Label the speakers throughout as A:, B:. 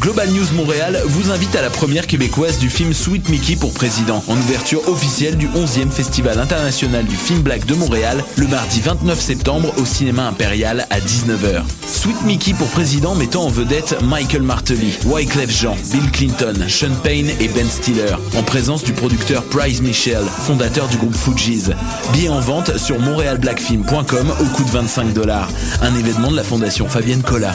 A: Global News Montréal vous invite à la première québécoise du film Sweet Mickey pour président, en ouverture officielle du 11e Festival international du film black de Montréal, le mardi 29 septembre au cinéma impérial à 19h. Sweet Mickey pour président mettant en vedette Michael Martelly, Wyclef Jean, Bill Clinton, Sean Payne et Ben Stiller, en présence du producteur Price Michel, fondateur du groupe Fujis. Billets en vente sur montrealblackfilm.com au coût de 25 dollars. Un événement de la Fondation Fabienne Collat.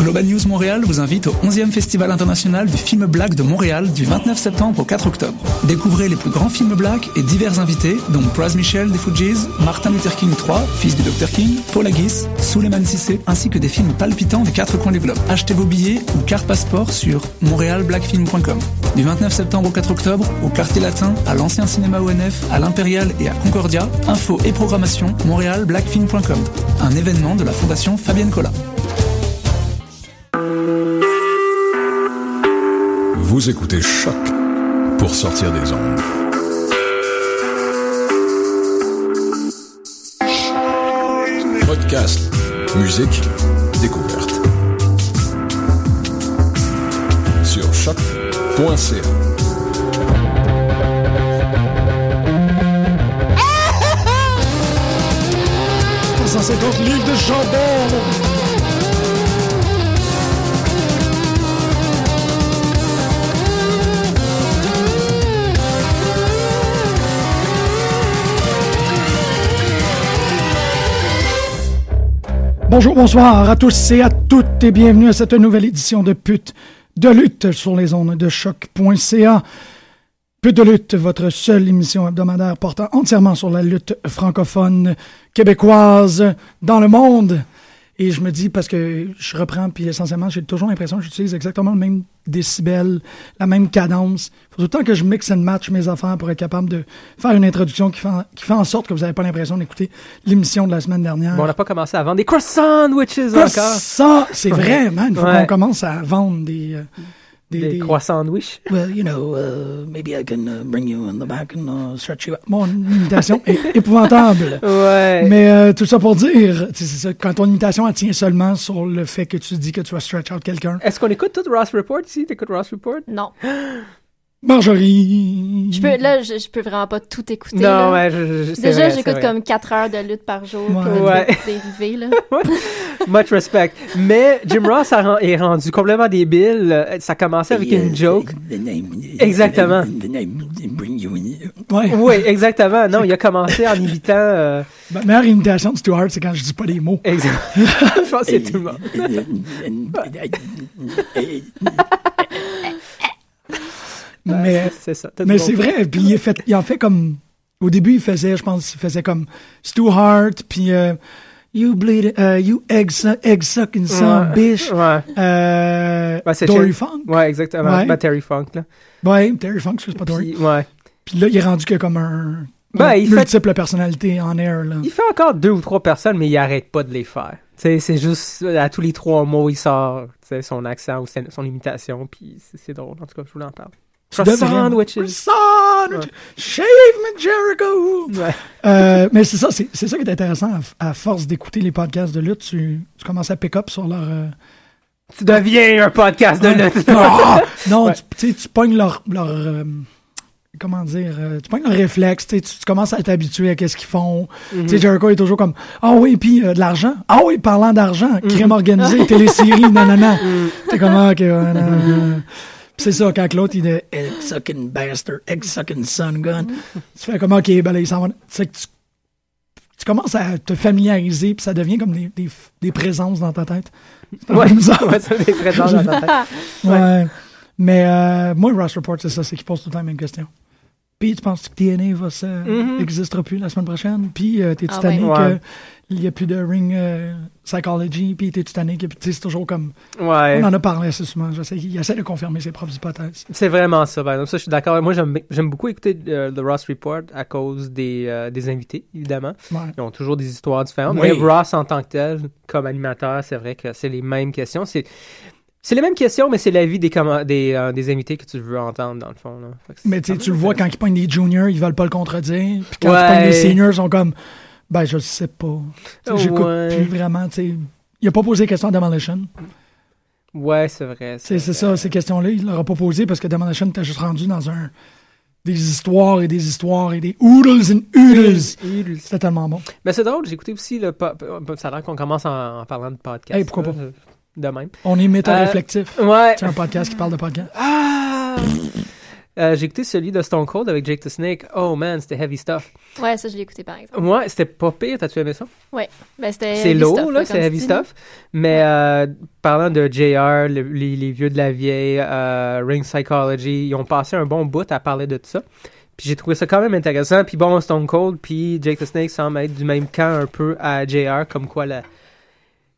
B: Global News Montréal vous invite au 11e Festival international du film black de Montréal du 29 septembre au 4 octobre. Découvrez les plus grands films black et divers invités, dont Praz Michel des Fujis, Martin Luther King III, fils du Dr King, Paul Aguis, Suleiman Sissé, ainsi que des films palpitants des quatre coins du globe. Achetez vos billets ou carte passeport sur montrealblackfilm.com. Du 29 septembre au 4 octobre, au Quartier Latin, à l'Ancien Cinéma ONF, à l'Impérial et à Concordia, info et programmation montrealblackfilm.com. Un événement de la Fondation Fabienne Collat.
C: Vous écoutez Choc pour sortir des ondes. Podcast, musique, découverte. Sur choc.ca.
D: livres de chambon! Bonjour, bonsoir à tous et à toutes et bienvenue à cette nouvelle édition de Pute de lutte sur les ondes de choc.ca. Pute de lutte, votre seule émission hebdomadaire portant entièrement sur la lutte francophone québécoise dans le monde. Et je me dis, parce que je reprends, puis essentiellement, j'ai toujours l'impression que j'utilise exactement le même décibel, la même cadence. Il faut autant que je mixe and match mes affaires pour être capable de faire une introduction qui fait en, qui fait en sorte que vous n'avez pas l'impression d'écouter l'émission de la semaine dernière.
E: Bon, on n'a pas commencé à vendre des croissants sandwiches
D: Pas
E: encore.
D: ça, c'est vrai, man. Faut
E: Ouais.
D: qu'on commence à vendre des... euh, des,
E: Des
D: des-
E: croissants sandwiches.
D: Well, you know, uh, maybe I can uh, bring you in the back and uh, stretch you out. Mon imitation est épouvantable.
E: Ouais.
D: Mais euh, tout ça pour dire, tu sais, c'est ça, quand ton imitation elle tient seulement sur le fait que tu dis que tu vas stretch out quelqu'un.
E: Est-ce qu'on écoute tout Ross Report ici? T'écoutes Ross Report?
F: Non.
D: Marjorie.
F: Je peux, là, je, je peux vraiment pas tout écouter. là.
E: Non, ouais, je, je- je- c'est
F: Déjà,
E: vrai, c'est
F: j'écoute
E: vrai.
F: comme 4 heures de lutte par jour.
D: Ouais.
F: puis
E: Ouais.
F: de dérivés, là.
E: Much respect. Mais Jim Ross a ren- est rendu complètement débile. Euh, Ça commençait avec une joke. Exactement.
D: Ouais.
E: Oui, exactement. Non, il a commencé en imitant. euh,
D: Ma meilleure imitation de Stuart, c'est quand je dis pas les mots.
E: exact- je pense que c'est tout le monde.
D: Mais,
E: C'est ça. T'as
D: mais
E: tout
D: c'est
E: le monde.
D: vrai. Puis il, est fait, il en fait comme. Au début, il faisait, je pense, il faisait comme Stu Hart, puis euh, You bleed, euh, You egg, su- egg sucking son bitch.
E: Ouais.
D: Euh,
E: Ben, c'est
D: Dory
E: Jim-
D: Funk.
E: Ouais, exactement.
D: Ouais.
E: Ben, Terry Funk, là.
D: Ouais, Terry Funk, je sais pas Dory.
E: Puis, ouais.
D: Puis là, il est rendu que comme un.
E: Ben,
D: un
E: il fait-
D: multiple personnalité en air, là.
E: Il fait encore deux ou trois personnes, mais il arrête pas de les faire. Tu sais, c'est juste euh, à tous les trois mots, il sort tu sais, son accent ou sen- son imitation, puis c'est c'est drôle. En tout cas, je vous l'en parle. Croissant
D: devrais-
E: sandwiches.
D: Sandwich- Shave me Jericho!
E: Ouais.
D: Euh, mais c'est ça, c'est c'est ça qui est intéressant. À, f- à force d'écouter les podcasts de lutte, tu, tu commences à pick up sur leur. euh,
E: Tu deviens un podcast de lutte.
D: Ah! non,
E: Ouais.
D: tu- tu, sais, tu pognes leur. leur euh, comment dire euh, Tu pognes leur réflexe, tu, sais, tu tu commences à t'habituer à qu'est-ce qu'ils font. Tu
E: Mhm.
D: sais, Jericho est toujours comme Ah oui, puis euh, de l'argent. Ah oui, parlant d'argent,
E: Mhm.
D: crime organisé, télésérie, nanana. T'es comme Ah, ok, ouais, nan, nan, nan.
E: Mhm.
D: Puis c'est ça, quand l'autre, il dit Egg sucking bastard, egg sucking son
E: Mhm.
D: gun. Tu fais comme Ok, ben là, il s'en va. Tu sais que tu. Tu commences à te familiariser, puis ça devient comme des, des, des présences dans ta tête. C'est un peu
E: Ouais,
D: bizarre.
E: ouais, ça, c'est très drôle dans ta tête.
D: Ouais. Mais euh, moi, Ross Report, c'est ça, c'est qu'il pose tout le temps la même question. Puis tu penses que TNA va se-
E: Mhm.
D: existera plus la semaine prochaine? Puis euh, t'es-tu
F: Ah
D: tanné
E: ouais.
D: que
E: Ouais.
D: il n'y a plus de ring euh, psychology? Puis t'es-tu tanné que tu sais, c'est toujours comme.
E: Ouais.
D: On en a parlé assez souvent. Je sais qu'il essaie de confirmer ses propres hypothèses.
E: C'est vraiment ça, par exemple. Ça, je suis d'accord. Moi, j'aime j'aime beaucoup écouter euh, The Ross Report à cause des, euh, des invités, évidemment.
D: Ouais.
E: Ils ont toujours des histoires différentes.
A: Oui.
E: Mais Ross, en tant que tel, comme animateur, c'est vrai que c'est les mêmes questions. C'est c'est les mêmes questions, mais c'est l'avis des, commen- des, euh, des invités que tu veux entendre, dans le fond. là. Fait que c'est-
D: Mais tu sais, tu le vois quand ils pognent des juniors, ils veulent pas le contredire. Puis quand
E: Ouais.
D: ils pognent des seniors, ils sont comme Ben, je le sais pas. Tu sais, J'écoute
E: Ouais.
D: plus vraiment. tu sais. Il a pas posé question à Demolition.
E: Ouais, c'est vrai.
D: C'est c'est ça, ces questions-là, il leur a pas posé parce que Demolition était juste rendu dans un. des histoires et des histoires et des oodles and oodles.
E: Oodles.
D: C'était tellement bon.
E: Mais c'est drôle, j'ai écouté aussi le. po- po- Ça a l'air qu'on commence en, en parlant de podcast.
D: Hey, pourquoi
E: là, euh, De même.
D: On est méta-réflectif.
E: Ouais.
D: C'est un podcast qui parle de podcast.
E: Ah! Euh, j'ai écouté celui de Stone Cold avec Jake the Snake. Oh man, c'était heavy stuff.
F: Ouais, ça, je l'ai écouté, par exemple.
E: Ouais, c'était pas pire, t'as-tu aimé ça?
F: Ben, c'était
E: C'est
F: heavy
E: lourd,
F: stuff,
E: là,
F: comme
E: c'est
F: tu
E: heavy
F: dis,
E: stuff. Mais euh, parlant de JR, le- les, les vieux de la vieille, euh, Ring Psychology, ils ont passé un bon bout à parler de tout ça. Puis j'ai trouvé ça quand même intéressant. Puis bon, Stone Cold, puis Jake the Snake semblent être du même camp un peu à JR, comme quoi la-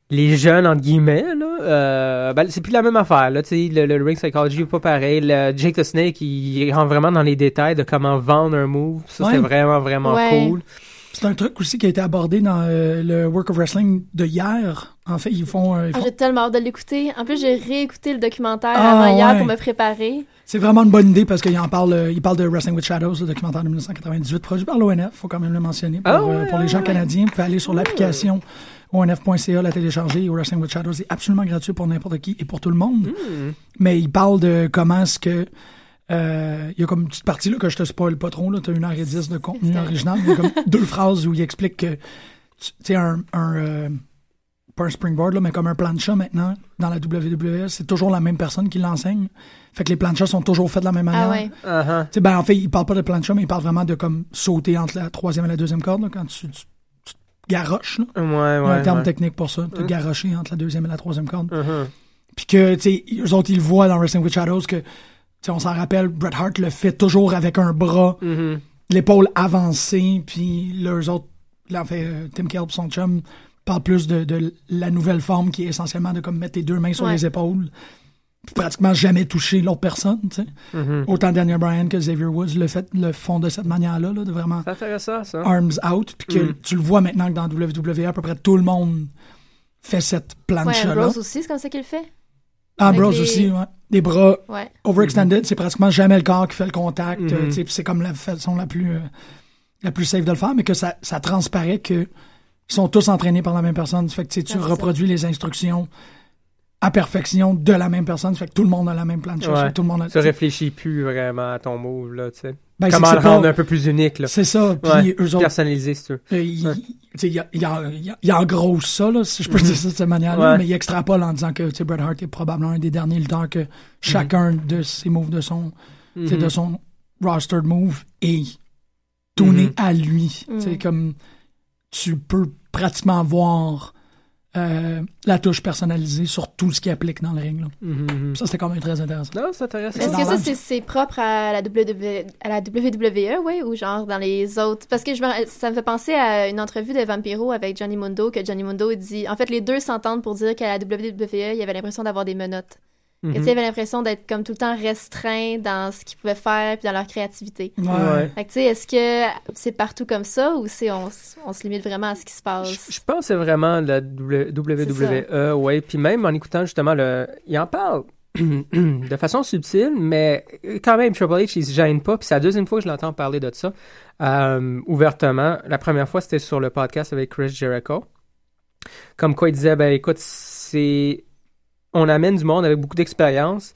E: les jeunes, entre guillemets, là, euh, ben, c'est plus la même affaire. Là, tu sais, le, le Ring Psychology est pas pareil. Le Jake the Snake, il rentre vraiment dans les détails de comment vendre un move. Ça,
D: Ouais.
E: c'était vraiment, vraiment
F: Ouais.
E: cool.
D: C'est un truc aussi qui a été abordé dans euh, le Work of Wrestling de hier. En fait, ils font. euh, ils
F: Ah,
D: font-
F: j'ai tellement hâte de l'écouter. En plus, j'ai réécouté le documentaire
D: Ah,
F: avant hier
D: ouais.
F: pour me préparer.
D: C'est vraiment une bonne idée parce qu'il en parle, euh, il parle de Wrestling with Shadows, le documentaire de 1998 produit par l'ONF, faut quand même le mentionner. Pour,
E: Ah ouais,
D: euh, pour les gens canadiens, vous pouvez aller sur l'application onf.ca, la télécharger. et Wrestling with Shadows est absolument gratuit pour n'importe qui et pour tout le monde.
E: Hmm.
D: Mais il parle de comment est-ce que euh, il y a comme une petite partie là, que je te spoil pas trop, là, t'as une heure et dix de contenu original. Il y a comme deux phrases où il explique que tu tu sais, un, un euh, pas un springboard, là, mais comme un plancha maintenant, dans la WWE, c'est toujours la même personne qui l'enseigne. Fait que les planchas sont toujours faits de la même manière.
F: Ah ouais.
E: Uh-huh.
D: Tu sais, ben, en fait, il parle pas de plancha, mais il parle vraiment de comme sauter entre la troisième et la deuxième corde, là, quand tu, tu, tu te garoches. là.
E: Ouais,
D: Il y a
E: ouais.
D: un terme
E: ouais. Hein?
D: technique pour ça, te garrocher entre la deuxième et la troisième corde.
E: Mhm.
D: Puis que, tu sais, eux autres, ils le voient dans Wrestling with Shadows que, tu sais, on s'en rappelle, Bret Hart le fait toujours avec un bras,
E: Mhm.
D: l'épaule avancée, puis là, eux autres, là, en fait, euh, Tim Kelp, son chum, parle plus de, de la nouvelle forme qui est essentiellement de comme mettre tes deux mains sur
F: Ouais.
D: les épaules, puis pratiquement jamais toucher l'autre personne, tu sais.
E: Mm-hmm.
D: Autant Daniel Bryan que Xavier Woods le, fait, le font de cette manière-là, là, de vraiment
E: C'est intéressant, ça.
D: arms out, puis que
E: Mm.
D: tu le vois maintenant que dans WWE, à peu près tout le monde fait cette
F: Ouais,
D: planche-là.
F: Ambrose aussi, c'est comme ça qu'il le fait. avec
D: Ambrose
F: les-
D: aussi, ouais. Des bras
F: Ouais.
D: overextended,
E: Mm-hmm.
D: c'est pratiquement jamais le corps qui fait le contact.
E: Mhm.
D: euh, tu sais, puis c'est comme la façon la plus, euh, la plus safe de le faire, mais que ça, ça transparaît que ils sont tous entraînés par la même personne. Fait que tu sais, tu
F: Ouais, Ben, c'est ça.
D: reproduis les instructions à perfection de la même personne. Fait que tout le monde a la même planche.
E: Ouais.
D: Tout le monde a,
E: Tu réfléchis plus vraiment à ton move, là, tu sais.
D: Ben, c'est
E: Comment
D: que
E: le
D: c'est pas-
E: rendre un peu plus unique, là.
D: C'est ça. Puis
E: Ouais,
D: eux autres,
E: Personnalisé, si tu veux.
D: Euh, il, tu sais, il, y a- il y a- il y a en gros ça, là, si je peux dire ça de cette manière-là,
E: Mhm. Ouais.
D: mais il extrapole en disant que tu sais, Bret Hart est probablement un des derniers lutteurs que chacun
E: Mhm.
D: de ses moves de son, tu sais, de son rostered move est tourné
E: Mhm.
D: à lui. Tu sais, comme tu peux pratiquement voir euh, la touche personnalisée sur tout ce qu'il applique dans le ring. là.
E: Mhm, mhm.
D: Ça, c'était quand même très intéressant.
E: Non, c'est intéressant.
D: C'est
F: Est-ce
D: dans
F: que ça,
D: l'âge.
F: c'est- c'est propre à la, WW à la WWE, ouais, ou genre dans les autres? Parce que je me- ça me fait penser à une entrevue de Vampiro avec Johnny Mundo, que Johnny Mundo il dit... En fait, les deux s'entendent pour dire qu'à la WWE, il avait l'impression d'avoir des menottes.
E: Mhm.
F: Que, tu sais, il avait l'impression d'être comme tout le temps restreint dans ce qu'ils pouvaient faire puis dans leur créativité.
E: Ouais.
F: Fait que, tu sais, est-ce que c'est partout comme ça ou c'est on, s- on se limite vraiment à ce qui se passe?
E: Je, je pense que c'est vraiment la W- WWE, ouais. Puis même en écoutant justement le. Il en parle de façon subtile, mais euh, quand même, Triple H, il se gêne pas. Puis c'est la deuxième fois que je l'entends parler de ça euh, ouvertement. La première fois, c'était sur le podcast avec Chris Jericho. Comme quoi, il disait ben écoute, c'est. On amène du monde avec beaucoup d'expérience.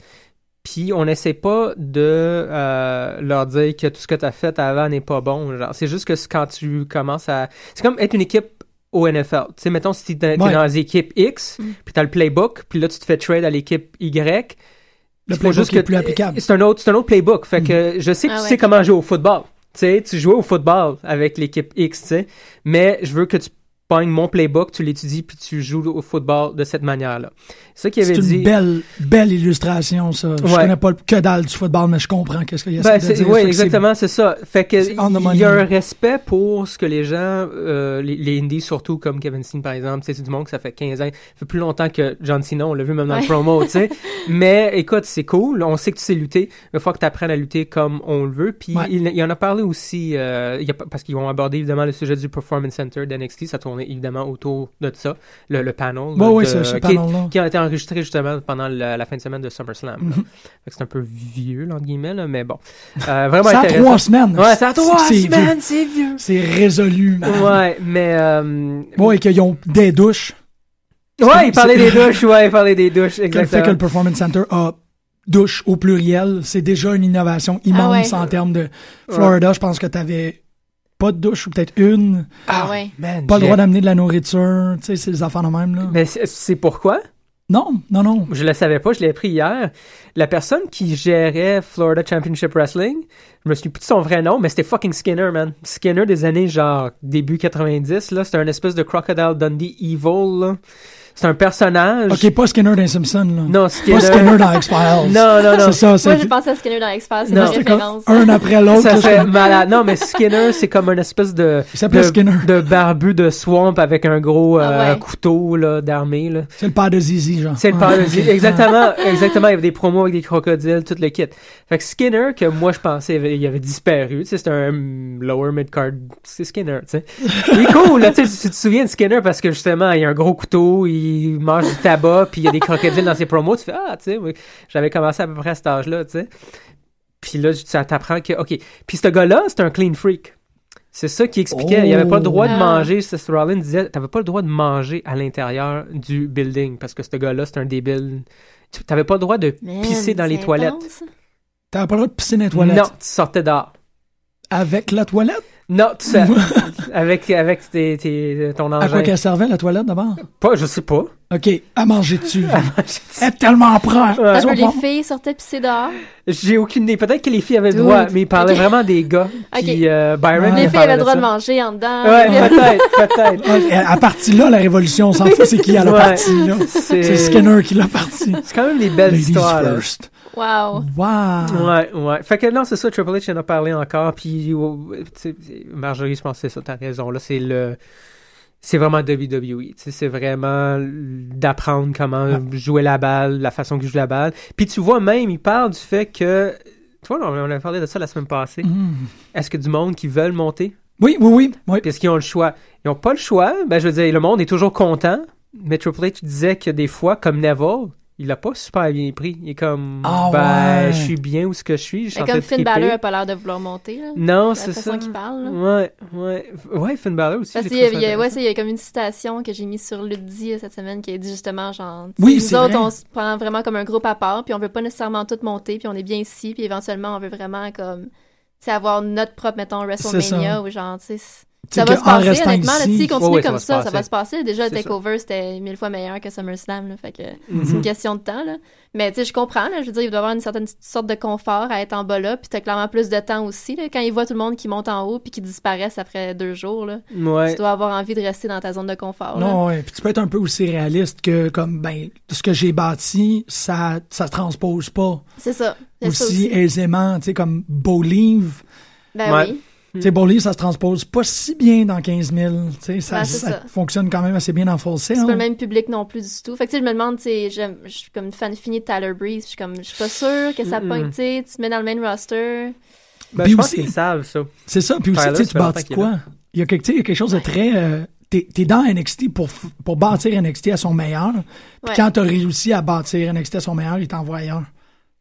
E: Puis on n'essaie pas de euh, leur dire que tout ce que tu as fait avant n'est pas bon. Genre, c'est juste que c'est quand tu commences à. C'est comme être une équipe au NFL. Tu sais, mettons, si t'es dans, t'es
D: Ouais. Mm.
E: dans l'équipe X, puis t'as le playbook, puis là, tu te fais trade à l'équipe Y.
D: Le
E: Il faut
D: playbook
E: juste
D: est plus applicable. Mm.
E: C'est un autre, c'est un autre playbook. Fait que je sais que
F: Ah
E: tu
F: ouais.
E: sais comment jouer au football. Tu sais, tu jouais au football avec l'équipe X, tu sais. Mais je veux que tu pognes mon playbook, tu l'étudies, puis tu joues au football de cette manière-là. C'est ça qu'il avait
D: C'est une
E: dit.
D: belle, belle illustration, ça. Je
E: Ouais.
D: connais pas le que dalle du football, mais je comprends qu'est-ce qu'il y a
E: Ben,
D: de
E: c'est-
D: dire.
E: oui,
D: Fait que c'est-
E: exactement, c'est ça. Fait que
D: c'est on the
E: il
D: money.
E: y a un respect pour ce que les gens, euh, les, les indies surtout, comme Kevin Steen par exemple, tu sais, c'est du monde que ça fait 15 ans, ça fait plus longtemps que John Cena, on l'a vu même dans le
F: Ouais.
E: promo, tu sais. Mais écoute, c'est cool, on sait que tu sais lutter, mais il faut que tu apprennes à lutter comme on le veut. Puis
D: Ouais.
E: il, il en a parlé aussi, euh, il y a pas- parce qu'ils ont abordé évidemment le sujet du Performance Center d'NXT, ça tournait évidemment autour de ça, le, le panel.
D: Ouais,
E: de-
D: ouais,
E: de-
D: ce, ce
E: euh, qui-
D: panel-là.
E: qui a été enregistré justement pendant la, la fin de semaine de SummerSlam. là.
D: Mhm.
E: Fait que C'est un peu vieux, là, entre guillemets, là, mais bon. Euh, vraiment
D: Ça a
E: intéressant.
D: trois semaines.
E: Ouais, ça a trois
D: C'est- c'est vieux.
E: semaines, c'est vieux.
D: C'est résolu, man.
E: Ouais, mais... euh,
D: Ouais, et qu'ils ont des douches.
E: ouais, il parlait des
D: c'est-
E: douches, ouais, il parlait des douches,
D: Le fait que le
E: exactement.
D: Performance Center a douche au pluriel, c'est déjà une innovation immense
F: Ah ouais.
D: en termes de Florida. Je pense que t'avais pas de douche ou peut-être une.
F: Ah ouais.
E: Man,
D: Pas le
E: j'ai-
D: droit d'amener de la nourriture. Tu sais, c'est des affaires de même, là.
E: Mais c'est- c'est pourquoi?
D: Non, non, non.
E: Je le savais pas, je l'ai appris hier. La personne qui gérait Florida Championship Wrestling, je me souviens plus de son vrai nom, mais c'était fucking Skinner, man. Skinner des années genre début 90, là, c'était un espèce de Crocodile Dundee Evil, là. C'est un personnage.
D: Ok, pas Skinner dans Simpson, là.
E: Non,
D: Pas
E: Skinner.
D: Skinner dans X-Files.
E: Non, non, non.
D: C'est ça,
F: Moi, je
D: c'est
F: pensais à Skinner dans X-Files, c'est
E: Ah, Non.
F: ma
E: C'est
D: comme
F: référence.
D: un après l'autre.
E: Ça
D: là,
E: fait
D: je-
E: malade. Non, mais Skinner, c'est comme une espèce de,
D: Il s'appelait Skinner.
E: de, de barbu de swamp avec un gros euh,
F: Ah ouais.
E: couteau là, d'armée. Là.
D: C'est le père de Zizi, genre.
E: C'est le
D: Ouais,
E: père de
D: ok.
E: Zee. Exactement, exactement. Il y avait des promos avec des crocodiles, tout le kit. Fait que Skinner, que moi je pensais, il avait, il avait disparu. Tu sais, c'était un mm, lower mid-card. C'est Skinner, tu sais. Il est cool, là. Tu sais, tu te souviens de Skinner parce que justement, il a un gros couteau, il mange du tabac, puis il y a des crocodiles dans ses promos. Tu fais, ah, tu sais, oui. j'avais commencé à peu près à cet âge-là, tu sais. Puis là, ça t'apprend que, OK. Puis ce gars-là, c'est un clean freak. C'est ça qui expliquait. Il avait pas le droit de
F: Oh.
E: manger. Seth Rollins disait, t'avais pas le droit de manger à l'intérieur du building parce que ce gars-là, c'est un débile. Tu- T'avais pas le droit de
F: Man,
E: pisser dans les
F: c'est
E: toilettes.
F: intense.
D: T'as pas le droit de pisser dans les toilettes.
E: Non, tu sortais dehors.
D: Avec la toilette?
E: Non, tu
F: Euh,
E: sais, avec, avec tes, tes- ton
D: À quoi
E: engin.
D: qu'elle servait, la toilette, d'abord?
E: Pas, je sais pas.
D: Ok, à manger dessus. Elle est tellement proche.
F: Parce
D: Tu vas
F: que les
D: voir.
F: filles sortaient pisser dehors.
E: J'ai aucune idée. Peut-être que les filles avaient le
F: Dude.
E: droit, mais il parlait
F: Ok.
E: vraiment des gars.
F: Ok.
E: Puis euh, Byron,
D: Ouais.
F: Les
E: il
F: filles
E: parlait
F: avaient le droit
E: ça.
F: de manger en dedans.
E: Ouais, peut-être, peut-être.
D: Ouais, À partir là, la révolution, on s'en fout, c'est qui à la
E: Ouais.
D: partie, là. C'est Skinner qui l'a parti.
E: C'est quand même des belles
D: Ladies
E: histoires. là.
D: first.
F: Wow.
D: Wow.
E: Ouais, ouais. Fait que non, c'est ça, Triple H en a parlé encore, puis oh, tu sais, Marjorie, je pense que c'est ça, t'as raison, là, c'est le... C'est vraiment WWE, tu sais, c'est vraiment d'apprendre comment jouer la balle, la façon qu'il joue la balle. Puis tu vois même, il parle du fait que... Tu vois, on on a parlé de ça la semaine passée.
D: Mm.
E: Est-ce que du monde qui veulent monter,
D: Oui, oui, oui. oui.
E: puis est-ce qu'ils ont le choix? Ils n'ont pas le choix, ben je veux dire, le monde est toujours content, mais Triple H disait que des fois, comme Neville, il l'a pas super bien pris. Il est comme,
D: Ah
E: ben,
D: ouais.
E: je suis bien où ce que je suis, je suis
F: Mais
E: en train
F: Ben, comme
E: de
F: Finn
E: triper.
F: Balor a pas l'air de vouloir monter, là.
E: Non,
F: la
E: c'est
F: façon
E: ça.
F: qu'il parle, là.
E: Ouais, ouais. F- Ouais, Finn Balor aussi.
F: Parce
E: j'ai
F: qu'il y, a-
E: trouvé
F: il y
E: ça
F: a- ouais,
E: intéressant.
F: ça, il y a comme une citation que j'ai mise sur Ludzi cette semaine qui a dit justement genre tu
D: Oui,
F: sais,
D: c'est
F: nous autres
D: vrai.
F: on se prend vraiment comme un groupe à part puis on veut pas nécessairement tout monter puis on est bien ici puis éventuellement on veut vraiment comme tu sais, avoir notre propre mettons WrestleMania ou genre tu sais c-
D: C'est
F: ça va
D: que
F: se
D: en
F: passer
D: restant
F: honnêtement là,
D: ici-
F: si continue
E: Ouais, ouais, ça
F: comme
E: va se
F: ça ça,
E: passer.
F: va se passer déjà le
E: C'est ça.
F: takeover c'était mille fois meilleur que SummerSlam là, fait que c'est
E: Mhm.
F: une question de temps là mais tu sais je comprends là, je veux dire il doit avoir une certaine sorte de confort à être en bas là puis t'as clairement plus de temps aussi là, quand ils voient tout le monde qui monte en haut puis qui disparaissent après deux jours là
E: Ouais.
F: tu dois avoir envie de rester dans ta zone de confort. là.
D: Non, ouais. Puis tu peux être un peu aussi réaliste que, comme, ben, ce que j'ai bâti, ça, ça se transpose pas
F: C'est ça. C'est ça
D: aussi
F: aussi.
D: aisément, tu sais, comme Bolive.
F: Ben
E: Ouais.
F: oui.
D: Tu sais, Bowley, ça se transpose pas si bien dans 15 000. Tu sais, ça,
F: Ouais, c'est
D: ça,
F: ça.
D: fonctionne quand même assez bien dans Full Sail.
F: C'est pas le même public non plus du tout. Fait que tu sais, je me demande, tu sais, j'aime- je suis comme une fan finie de Tyler Breeze. Je suis comme, je suis pas sûre que ça
E: Mm-mm.
F: pogne, tu sais, tu te mets dans le main roster.
E: Ben,
D: Puis
E: je pense
D: aussi-
E: qu'ils savent ça.
D: C'est ça. Puis aussi,
E: Tyler,
D: tu sais,
E: ça
D: tu
E: fait longtemps
D: bâtis de
E: qu'il est
D: quoi? Il y a quelque, tu sais, il y a quelque chose de très... euh, T'es t'es dans NXT pour, f- pour bâtir NXT à son meilleur. Puis
F: Ouais.
D: quand t'as réussi à bâtir NXT à son meilleur, il t'envoie ailleurs.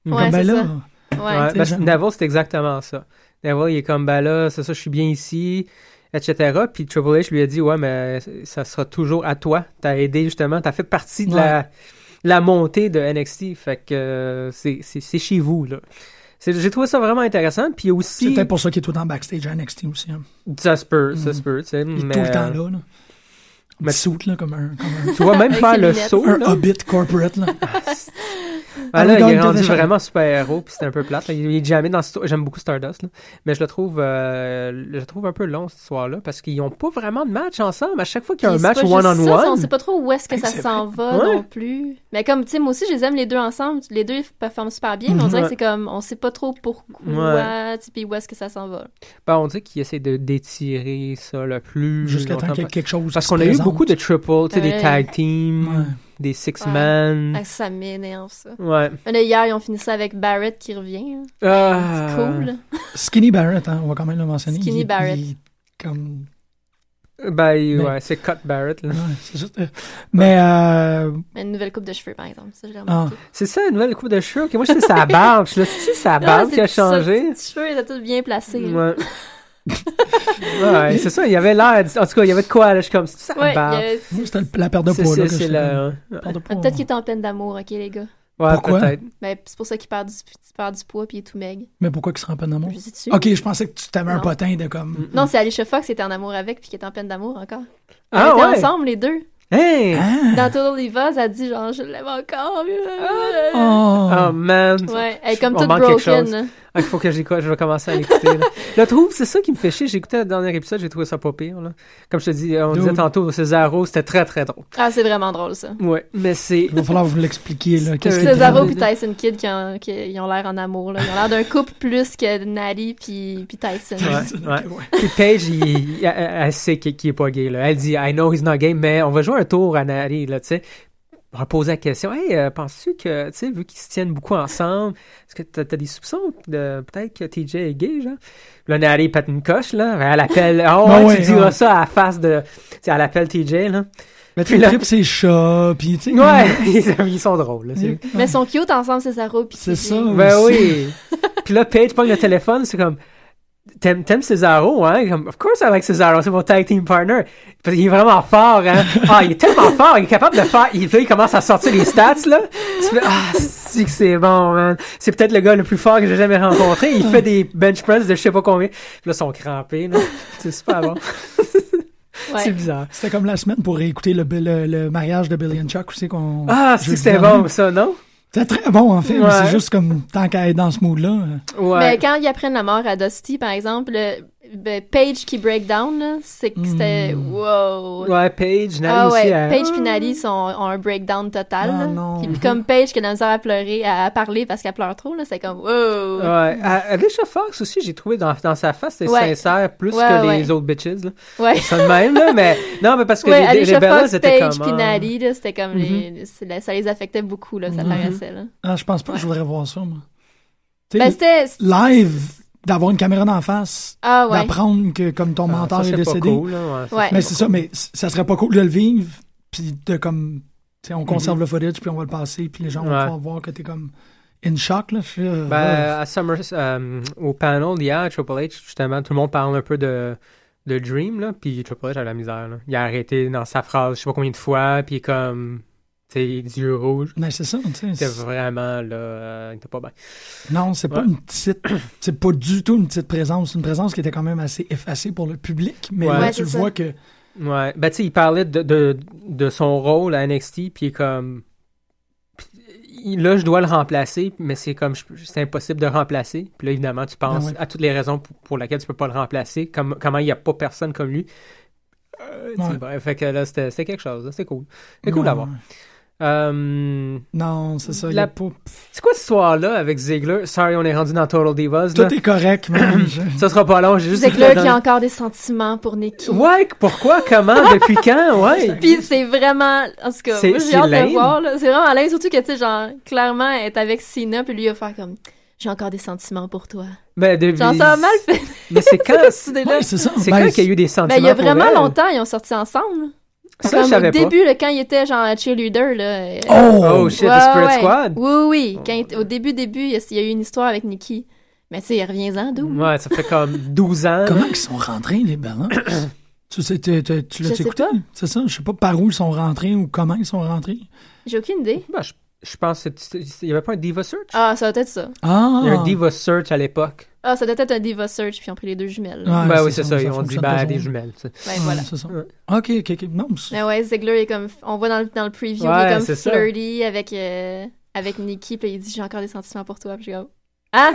F: Ouais,
D: Comme,
F: c'est
D: ben là,
F: ça. Ouais.
E: Ouais,
D: t'sais,
E: parce que
D: j'aime.
E: Neville, c'est exactement ça. Neville, il est comme, ben là, c'est ça, je suis bien ici, etc. Puis Triple H lui a dit, ouais, mais ça sera toujours à toi. T'as aidé, justement, t'as fait partie de la, la montée de NXT. Fait que euh, c'est- c'est c'est chez vous, là. C'est- J'ai trouvé ça vraiment intéressant. Puis
D: c'est
E: aussi,
D: peut-être pour ça qu'il est tout le temps backstage à NXT aussi. hein.
E: ça se peut, ça se peut, tu sais.
D: Il est
E: mais- euh,
D: tout le temps là. là.
E: mais-
D: Mais... Soute, là, comme un, comme
E: Tu vois même
F: Avec
E: faire
F: ses
E: le
F: lunettes.
E: saut,
D: un, un
E: là.
D: hobbit corporate. Là.
E: Ah,
D: Army
E: là, il est
D: Dog
E: rendu
D: devait-
E: vraiment super-héros, puis c'est un peu plate. là. Il est jamais dans... ce- J'aime beaucoup Stardust, là. mais je le trouve euh, je le trouve un peu long, cette histoire-là, parce qu'ils n'ont pas vraiment de match ensemble. À chaque fois qu'il y a un
F: Puis c'est
E: match
F: pas juste ça,
E: one-on-one...
F: On sait pas trop où est-ce que ça
E: C'est
F: s'en va
E: Ouais.
F: non plus. Mais comme, tu sais, moi aussi, je les aime les deux ensemble. Les deux ils performent super bien, mais on dirait que c'est comme, on sait pas trop pourquoi, tu sais, puis où est-ce que ça s'en va.
E: Ben, on dit qu'ils essaient de d'étirer ça le plus
D: Jusqu'à temps
E: longtemps
D: qu'il y ait quelque chose.
E: Parce
D: qui
E: qu'on
D: se
E: a eu
D: présente.
E: beaucoup de triple, tu sais, des
F: Ouais.
E: tag teams,
D: Ouais.
E: des six
F: Ouais.
E: man.
F: Ah, ça m'énerve, ça.
E: Ouais.
F: Là, hier, ils ont fini ça avec Barrett qui revient. hein.
E: Ah.
F: Cool.
D: Skinny Barrett, hein, on va quand même le mentionner.
F: Skinny
D: Il est-
F: Barrett.
D: il est comme...
E: Ben,
D: Ben.
E: ouais, c'est Cut Barrett. là.
D: ouais, c'est juste- euh, Mais euh,
F: Une nouvelle coupe de cheveux, par exemple. Ça, je l'ai
D: ah,
F: remarqué.
E: C'est ça, une nouvelle coupe de cheveux. Ok, moi, je sais sa barbe. Je suis là, c'est sa barbe
F: Ah, c'est
E: qui a
F: tout ça,
E: changé.
F: Ses petits cheveux, ils étaient tous bien placés. là.
E: Ouais. ouais, c'est ça, il y avait l'air. En tout cas, il y avait de quoi, là, je suis comme, c'est sa
F: Ouais, il y
E: barbe.
F: a-
D: moi, c'était le- la perte de
E: C'est-
D: poids. là,
E: c'est-
D: que
E: c'est
D: je-
E: le-
D: la perte de
F: Ah,
D: poids.
F: Peut-être qu'il est en pleine d'amour, ok, les gars.
E: Ouais,
D: Pourquoi?
E: peut-être.
F: Ben, c'est pour ça qu'il perd du, il perd du poids puis il est tout maigre.
D: Mais pourquoi qu'il serait en peine d'amour?
F: Je sais dessus.
D: Ok, je pensais que tu t'avais un
F: Non.
D: potin de comme...
E: Mm.
F: Non, c'est Alicia Fox qui était en amour avec puis qui était en peine d'amour encore.
E: Ah,
F: Ils étaient
E: ouais.
F: ensemble, les deux.
E: Hey!
D: Hein?
F: Dans Total Divas, elle dit genre, je l'aime encore.
D: Oh.
E: Oh, man.
F: Ouais, elle est comme
E: On
F: toute
E: manque quelque
F: broken.
E: chose.
F: là.
E: Ah, il faut que j'écoute, je vais commencer à l'écouter. là. Le trouve, c'est ça qui me fait chier. J'ai écouté le dernier épisode, j'ai trouvé ça pas pire. Là. Comme je te dis, on
D: Dude.
E: disait tantôt, Cesaro, c'était très très drôle.
F: Ah, c'est vraiment drôle, ça.
E: Ouais, mais c'est.
D: Il va falloir vous l'expliquer. là. Qu'est-ce que-
F: Cesaro
E: les
F: puis
E: deux?
F: Tyson Kidd qui ont, qui- ils ont l'air en amour. Là. Ils ont l'air d'un couple plus que Nally puis, puis
E: Ouais,
F: Tyson.
E: ouais.
D: Ok, ouais.
E: Puis Paige, il- il- elle, elle sait qu'il qu'il est pas gay. Là. Elle dit, I know he's not gay, mais on va jouer un tour à Nari, là, tu sais. On va poser la question, hey, euh, penses-tu que, tu sais, vu qu'ils se tiennent beaucoup ensemble, est-ce que t'as t'as des soupçons de peut-être que TJ est gay, genre? Là, Nari pète une coche, là. Elle appelle, oh,
D: Ben
E: ouais,
D: ouais,
E: tu diras
D: ouais.
E: ça à la face de. Tu sais, elle appelle TJ, là.
D: Mais
E: Puis
D: tu
E: là-
D: tripes ses chats, puis tu sais...
E: Ouais, ils, ils sont drôles, là. c'est-
F: Mais ils sont cute ensemble, Cesaro puis
D: C'est
F: Kidd.
D: ça.
E: Ben
D: aussi.
E: oui. Puis là, Paige prend le téléphone, c'est comme t'aimes t'aimes Cesaro, hein? Comme, of course I like Cesaro, c'est mon tag team partner. Parce qu'il est vraiment fort, hein? Ah, il est tellement fort, il est capable de faire. Il, là, il commence à sortir les stats, là. Tu fais, ah, c'est que c'est bon, man. C'est peut-être le gars le plus fort que j'ai jamais rencontré. Il fait des bench press de je sais pas combien. Puis là, ils sont crampés, là. C'est super bon.
F: Ouais.
E: C'est bizarre.
D: C'était comme la semaine pour réécouter le, le, le mariage de Billy and Chuck aussi qu'on.
E: Ah, c'est que
D: jeudi
E: c'était
D: dernier.
E: bon, ça, non?
D: C'était très bon en fait, mais
E: Ouais.
D: c'est juste comme tant qu'à être dans ce mood-là. euh,
E: Ouais.
F: Mais quand ils apprennent la mort à Dusty, par exemple, le- ben, Paige qui break down, là, c'est que c'était
E: Mm.
F: wow.
E: Ouais, Paige, Nally
F: Ah
E: aussi.
F: ouais,
E: elle-
F: Paige puis Nally sont, ont un breakdown total.
D: Ah
F: là.
D: non.
F: Puis comme Paige qui a de la misère à pleurer, à, à parler parce qu'elle pleure trop, là, c'est comme wow.
E: Ouais. À- Alicia Fox aussi, j'ai trouvé dans, dans sa face, c'était
F: Ouais.
E: sincère plus
F: Ouais,
E: que
F: ouais.
E: les autres bitches. Là.
F: Ouais.
E: Ça de même, là, mais non, mais parce que
F: Ouais,
E: les, les
F: Alicia
E: Bellas
F: Fox,
E: étaient
F: Paige
E: comme.
F: puis
E: ah, Mm-hmm.
F: Nally, là, c'était comme les- c'est la- ça les affectait beaucoup, là, ça paraissait. Là.
D: Ah, je pense pas que je voudrais voir ça, moi. Tu sais,
F: Ben, c'était... c'est-
D: live, d'avoir une caméra d'en face,
F: Ah ouais.
D: d'apprendre que comme ton
E: ah,
D: mentor
E: ça,
D: est
E: c'est pas
D: décédé.
E: cool, là, ouais, ça,
F: Ouais.
D: Mais c'est ça, mais c- ça serait pas cool de le vivre, puis de comme. tu sais, on conserve le footage, puis on va le passer, puis les gens vont
E: Mm-hmm. Ouais.
D: pouvoir voir que t'es comme in shock, là. Puis, euh, ouais.
E: Ben, à Summer, euh, au panel d'hier, Triple H, justement, tout le monde parle un peu de, de Dream, là, puis Triple H a de la misère. Là. Il a arrêté dans sa phrase, je sais pas combien de fois, puis comme, tu sais, les yeux rouges.
D: Mais c'est ça, tu sais.
E: C'était vraiment, là, euh, il était pas bien.
D: Non, c'est pas
E: Ouais.
D: une petite. C'est pas du tout une petite présence. C'est une présence qui était quand même assez effacée pour le public. Mais
E: Ouais.
D: là,
F: Ouais,
D: tu
F: c'est
D: vois
F: ça.
D: que.
E: Ouais, ben tu sais, il parlait de, de, de son rôle à NXT, puis il est comme... puis Là, je dois le remplacer, mais c'est comme je- c'est impossible de remplacer. Puis là, évidemment, tu penses
D: Ben ouais.
E: à toutes les raisons pour, pour lesquelles tu peux pas le remplacer, comme, comment il n'y a pas personne comme lui. Euh, tu sais,
D: Ouais.
E: bref, fait que là, c'était c'était quelque chose, là, c'était cool. C'est cool
D: Non,
E: à voir. Euh,
D: Non, c'est ça. il y
E: La-
D: a pas-
E: c'est quoi ce soir-là avec Ziggler? Sorry, on est rendu dans Total Divas. Là.
D: Tout est correct, man. Je-
E: Ça sera pas long, j'ai juste...
F: C'est que là, il y a encore des sentiments pour Nikki.
E: Ouais, pourquoi, comment, depuis quand? Ouais.
F: Puis c'est vraiment, en tout cas,
E: C'est-
F: moi,
E: c'est
F: j'ai hâte
E: lame.
F: de voir. là. C'est vraiment lame, surtout que, tu sais, genre, clairement, elle est avec Cena, puis lui, il va faire comme, j'ai encore des sentiments pour toi.
E: Mais Ben, depuis...
F: Genre, ça a mal fait,
E: Mais c'est quand...
F: cette idée-là.
D: Ouais, c'est ça.
E: Ah, C'est
D: Ben,
E: quand qu'il y a eu des sentiments
F: Mais il y a
E: pour
F: vraiment
E: elle?
F: longtemps, ils ont sorti ensemble.
E: Ça,
F: comme
E: je savais
F: au
E: pas.
F: début, là, quand il était, genre, cheerleader, là. euh,
D: Oh!
E: Oh shit,
F: ouais,
E: The Spirit
F: ouais.
E: Squad? Oh.
F: Oui, oui. Quand il était- au début, début, il y a- il y a eu une histoire avec Nikki. Mais tu sais, reviens-en, d'où?
E: Ouais, ça fait comme 12 ans.
D: Comment ils sont rentrés, les balances? tu sais, t'es- t'es- tu l'as
F: Je sais
D: écouté?
F: pas.
D: C'est ça. Je sais pas par où ils sont rentrés ou comment ils sont rentrés.
F: J'ai aucune idée.
E: Bah, je, je pense que c'est- il n'y avait pas un Diva Search?
F: Ah, ça doit être ça.
D: Ah!
E: Il y a un Diva Search à l'époque.
F: Ah, ça doit être un Diva Search, puis ils ont pris les deux jumelles.
D: Ouais,
F: là.
E: ben oui, c'est ça. Ils ont
D: fonctionne
E: dit,
D: pas
E: ben,
D: toujours.
E: des jumelles. tu sais.
F: Ben
D: Ouais,
F: voilà.
D: c'est ça.
E: Ouais.
D: Ok, ok, ok. Non, mais c'est-
F: Mais ouais, Ziggler est comme. On voit dans le, dans le preview,
E: Ouais,
F: il est comme
E: c'est ça.
F: flirty avec. euh, avec Nikki, puis il dit J'ai encore des sentiments pour toi. Puis j'ai comme Ah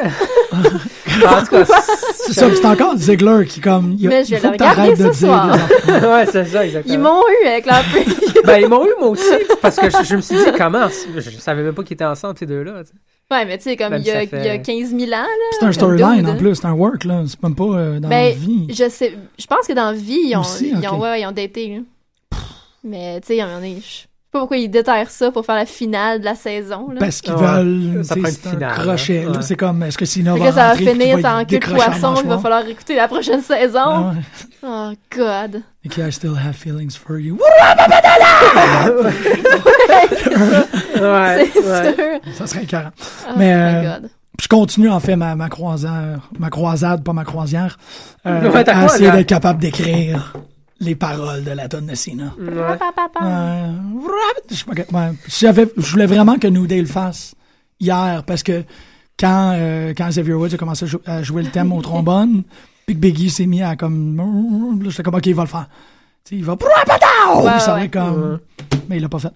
E: En tout cas,
D: C'est ça, puis c'est encore Ziegler qui, comme. il-
F: Mais je
D: il
F: vais
D: faut
F: le
D: que t'arrêtes
F: regarder
D: de
F: ce
D: dire
F: soir.
D: des affaires.
E: ouais, c'est ça,
F: Ils
E: exactement.
F: m'ont eu avec leur prix.
E: ben, ils m'ont eu, moi aussi, parce que je, je me suis dit, comment Je, je savais même pas qu'ils étaient ensemble, ces deux-là. tu sais.
F: Ouais, mais tu sais, comme
E: Même
F: il y, a,
E: ça fait-
F: il y a 15 000 ans, là.
D: C'est un
F: comme
D: storyline
F: dude.
D: en plus, c'est un work, là. C'est même pas euh, dans la
F: Ben,
D: vie.
F: Je sais, je pense que dans la vie, ils ont,
D: Aussi,
F: ils ont,
D: ok.
F: ouais, ils ont daté, là. Mais tu sais, il y en a- je sais pas pourquoi ils déterrent ça pour faire la finale de la saison, là.
D: Parce qu'ils
E: Ouais,
D: veulent.
E: ça
D: tu sais,
E: prend une
D: C'est un
E: finale,
D: crochet, là.
E: hein. Ouais.
D: C'est comme, est-ce que Sina
F: Fait
D: va
F: que ça va
D: rentrer puis qu'il
F: finir
D: va
F: en
D: y
F: queue de
D: décrocher la
F: poisson, il va
D: mâchoire?
F: falloir écouter la prochaine
D: Ah
F: saison.
D: ouais.
F: Oh, God.
D: Et qui I still have feelings for you.
E: Ouais,
F: C'est
E: ouais.
F: sûr.
D: Ça serait carré.
F: Oh,
D: Mais,
F: my
D: euh,
F: God.
D: Je continue en fait ma, ma croisière, ma croisade, pas ma croisière, euh,
E: Ouais, ta
D: à essayer
E: croisière.
D: d'être capable d'écrire les paroles de la tonne de Sina.
F: Mm.
E: Ouais.
F: Pa, pa, pa.
D: Euh, je sais pas que- ouais. Si j'avais- je voulais vraiment que New Day le fasse hier parce que quand, euh, quand Xavier Woods a commencé à, jou- à jouer le thème au trombone, puis que Biggie s'est mis à comme. là, J'étais comme, ok, il va le faire. Tu sais, il va. Puis ça
F: ouais.
D: va être comme. Mais il l'a pas fait.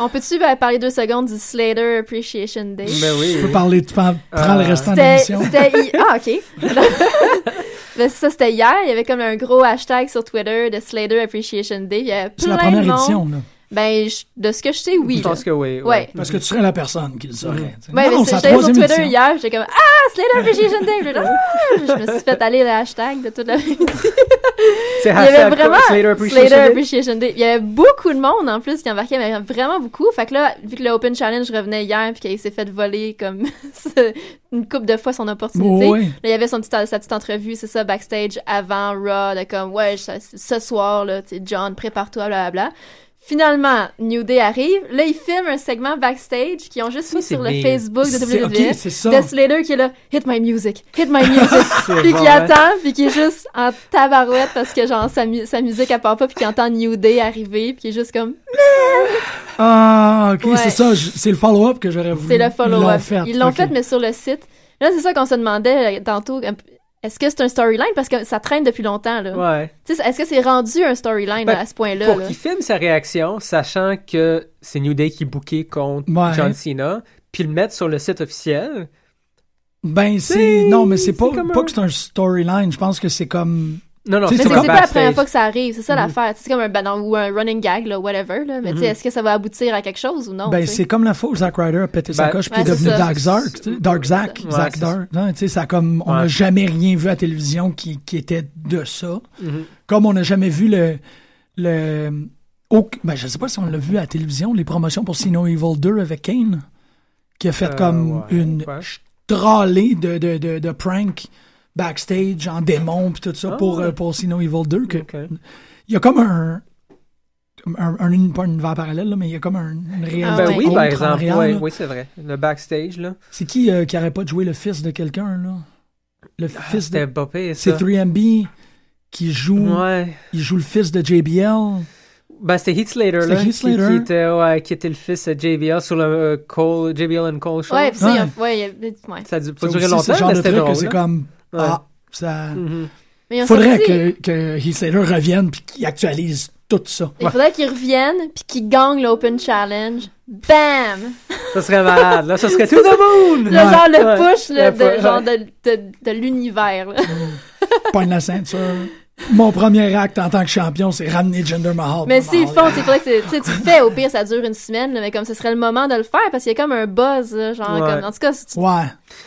F: On peut-tu ben, parler deux secondes du Slater Appreciation Day?
E: Ben oui.
D: Tu peux parler, tu prends,
E: Ah.
D: prends le restant de
F: Euh, C'était.
D: l'émission.
F: c'était hi- Ah, OK. Mais ça, c'était hier. Il y avait comme un gros hashtag sur Twitter de Slater Appreciation Day. Il y avait
D: C'est
F: plein
D: la première
F: de monde.
D: édition, là.
F: Ben, je- de ce que je sais, oui.
E: Je pense
F: là.
E: que oui.
F: Ouais.
D: Parce que tu serais la personne qui le saurait. tu sais.
F: Ouais,
D: Non,
F: Ben, mais
D: c'est
F: c'est-
D: la
F: j'étais sur
D: troisième
F: Twitter
D: édition.
F: hier, j'étais comme Ah, Slater Appreciation Day! Puis là, Ah! Je me suis fait aller le hashtag de toute la
E: C'est
F: Il y
E: hashtag
F: avait vraiment
E: Slater
F: Slater
E: Appreciation
F: Appreciation,
E: Day.
F: Day. Il y avait beaucoup de monde en plus qui embarquait, mais vraiment beaucoup. Fait que là, vu que le Open Challenge revenait hier puis qu'il s'est fait voler comme ce- une couple de fois son opportunité,
D: Ouais, ouais.
F: là, il y avait son petit, sa petite entrevue, c'est ça, backstage avant Raw, de comme ouais, ça- ce soir là, tu sais, John, prépare-toi, blablabla. Finalement, New Day arrive. Là, ils filment un segment backstage qu'ils ont juste
E: Ça,
F: mis
E: c'est
F: sur le
E: bien.
F: Facebook de
D: C'est
F: WWE.
D: ok, c'est ça.
F: Death Slater qui est là, hit my music, hit my music,
E: C'est
F: puis
E: bon,
F: qui
E: hein.
F: attend, puis qui est juste en tabarouette parce que genre sa, mu- sa musique elle part pas, puis qui entend New Day arriver, puis qui est juste comme
D: Ah, ok,
F: Ouais.
D: c'est ça. je- C'est le follow-up que j'aurais voulu.
F: c'est le
D: Ils l'ont
F: follow-up.
D: fait.
F: Ils l'ont
D: ok.
F: fait, mais sur le site. Là c'est ça qu'on se demandait euh, tantôt. euh, Est-ce que c'est un storyline parce que ça traîne depuis longtemps là.
E: Ouais.
F: Tu sais, Est-ce que c'est rendu un storyline
E: Ben,
F: là, à ce point-là
E: Pour
F: là?
E: qu'il filme sa réaction, sachant que c'est New Day qui booké contre
D: Ouais.
E: John Cena, puis le mettre sur le site officiel.
D: Ben, c'est.
E: C'est-
D: Non, mais c'est
E: c'est
D: pas,
E: comme
D: pas
E: un-
D: que c'est un storyline. Je pense que c'est comme.
E: Non, non,
D: Tu sais,
F: Mais
D: c'est
F: c'est
D: comme
F: c'est pas la première fois que ça arrive, c'est ça
D: Mm-hmm.
E: Mhm.
F: l'affaire. C'est comme un banan ou un running gag, là, whatever. Là. Mais tu sais, est-ce que ça va aboutir à quelque chose ou non?
D: ben,
F: tu sais?
D: c'est comme la fois où Zack Ryder a pété sa
E: Ben,
D: coche puis
F: ouais,
D: est devenu
F: c'est ça.
D: Dark Zark. tu sais, Dark Zack.
E: Ouais,
D: Zack
E: c'est
D: Dark. Non, tu sais, ça a comme. On n'a
E: Ouais.
D: jamais rien vu à la télévision qui, qui était de ça.
E: Mm-hmm.
D: Comme on n'a jamais vu le. le au- ben, je sais pas si on l'a vu à la télévision, les promotions pour Sino Evil 2 avec Kane, qui a fait
E: Euh,
D: comme
E: ouais,
D: une
E: ouais.
D: trollée de, de, de, de prank backstage en démon puis tout ça
E: Ah,
D: pour,
E: ouais.
D: euh, pour Sino Evil 2. que-
E: Ok.
D: Il y a comme un. un, un uni- pas un univers parallèle, là, mais il y a comme un, une réalité.
E: Ben oui,
D: autre
E: par
D: en
E: exemple.
D: réel,
E: ouais,
D: là.
E: oui, c'est vrai. Le backstage, là.
D: C'est qui euh, qui arrête pas de jouer le fils de quelqu'un, là Le fils
E: Ah, C'était
D: de.
E: Bopé,
D: C'est
E: ça.
D: 3MB qui joue.
E: Ouais.
D: Il joue le fils de JBL.
E: Ben, c'était Heath Slater,
D: C'était
E: là.
D: Heath
E: qui-
D: Slater.
E: Qui, était, ouais, qui était le fils de JBL sur le euh, Cole, JBL and Cole show.
F: Ouais, puis ça, il y a-
D: Ouais.
F: ouais, il y a- ouais.
E: Ça a dû
D: Ça
E: pas durer
D: aussi, c'est le
E: longtemps,
D: genre
E: mais
D: de
E: c'était
D: truc
E: drôle.
D: que c'est
E: là.
D: comme.
E: Ouais.
D: Ah, ça.
E: Mhm.
F: Mais ils ont
D: Faudrait
F: sorti-
D: que, que Heath Slater revienne puis qu'il actualise tout ça.
F: Il faudrait qu'ils reviennent puis qu'ils gagnent l'Open Challenge. Bam!
E: Ça serait malade, là. Ça serait tout le
F: Le
E: monde!
F: genre le
E: Ouais.
F: push là,
E: Le
F: de,
E: push,
F: genre
E: ouais.
F: de, de, de l'univers. là.
D: Pogne la ceinture. Mon premier acte en tant que champion, c'est ramener Jinder Mahal.
F: Mais
D: Mahal,
F: s'ils le font, c'est faudrait que c'est- tu sais, tu le fais au pire ça dure une semaine, là, mais comme ce serait le moment de le faire parce qu'il y a comme un buzz là, genre
E: Ouais.
F: comme en tout cas si tu-
D: Ouais.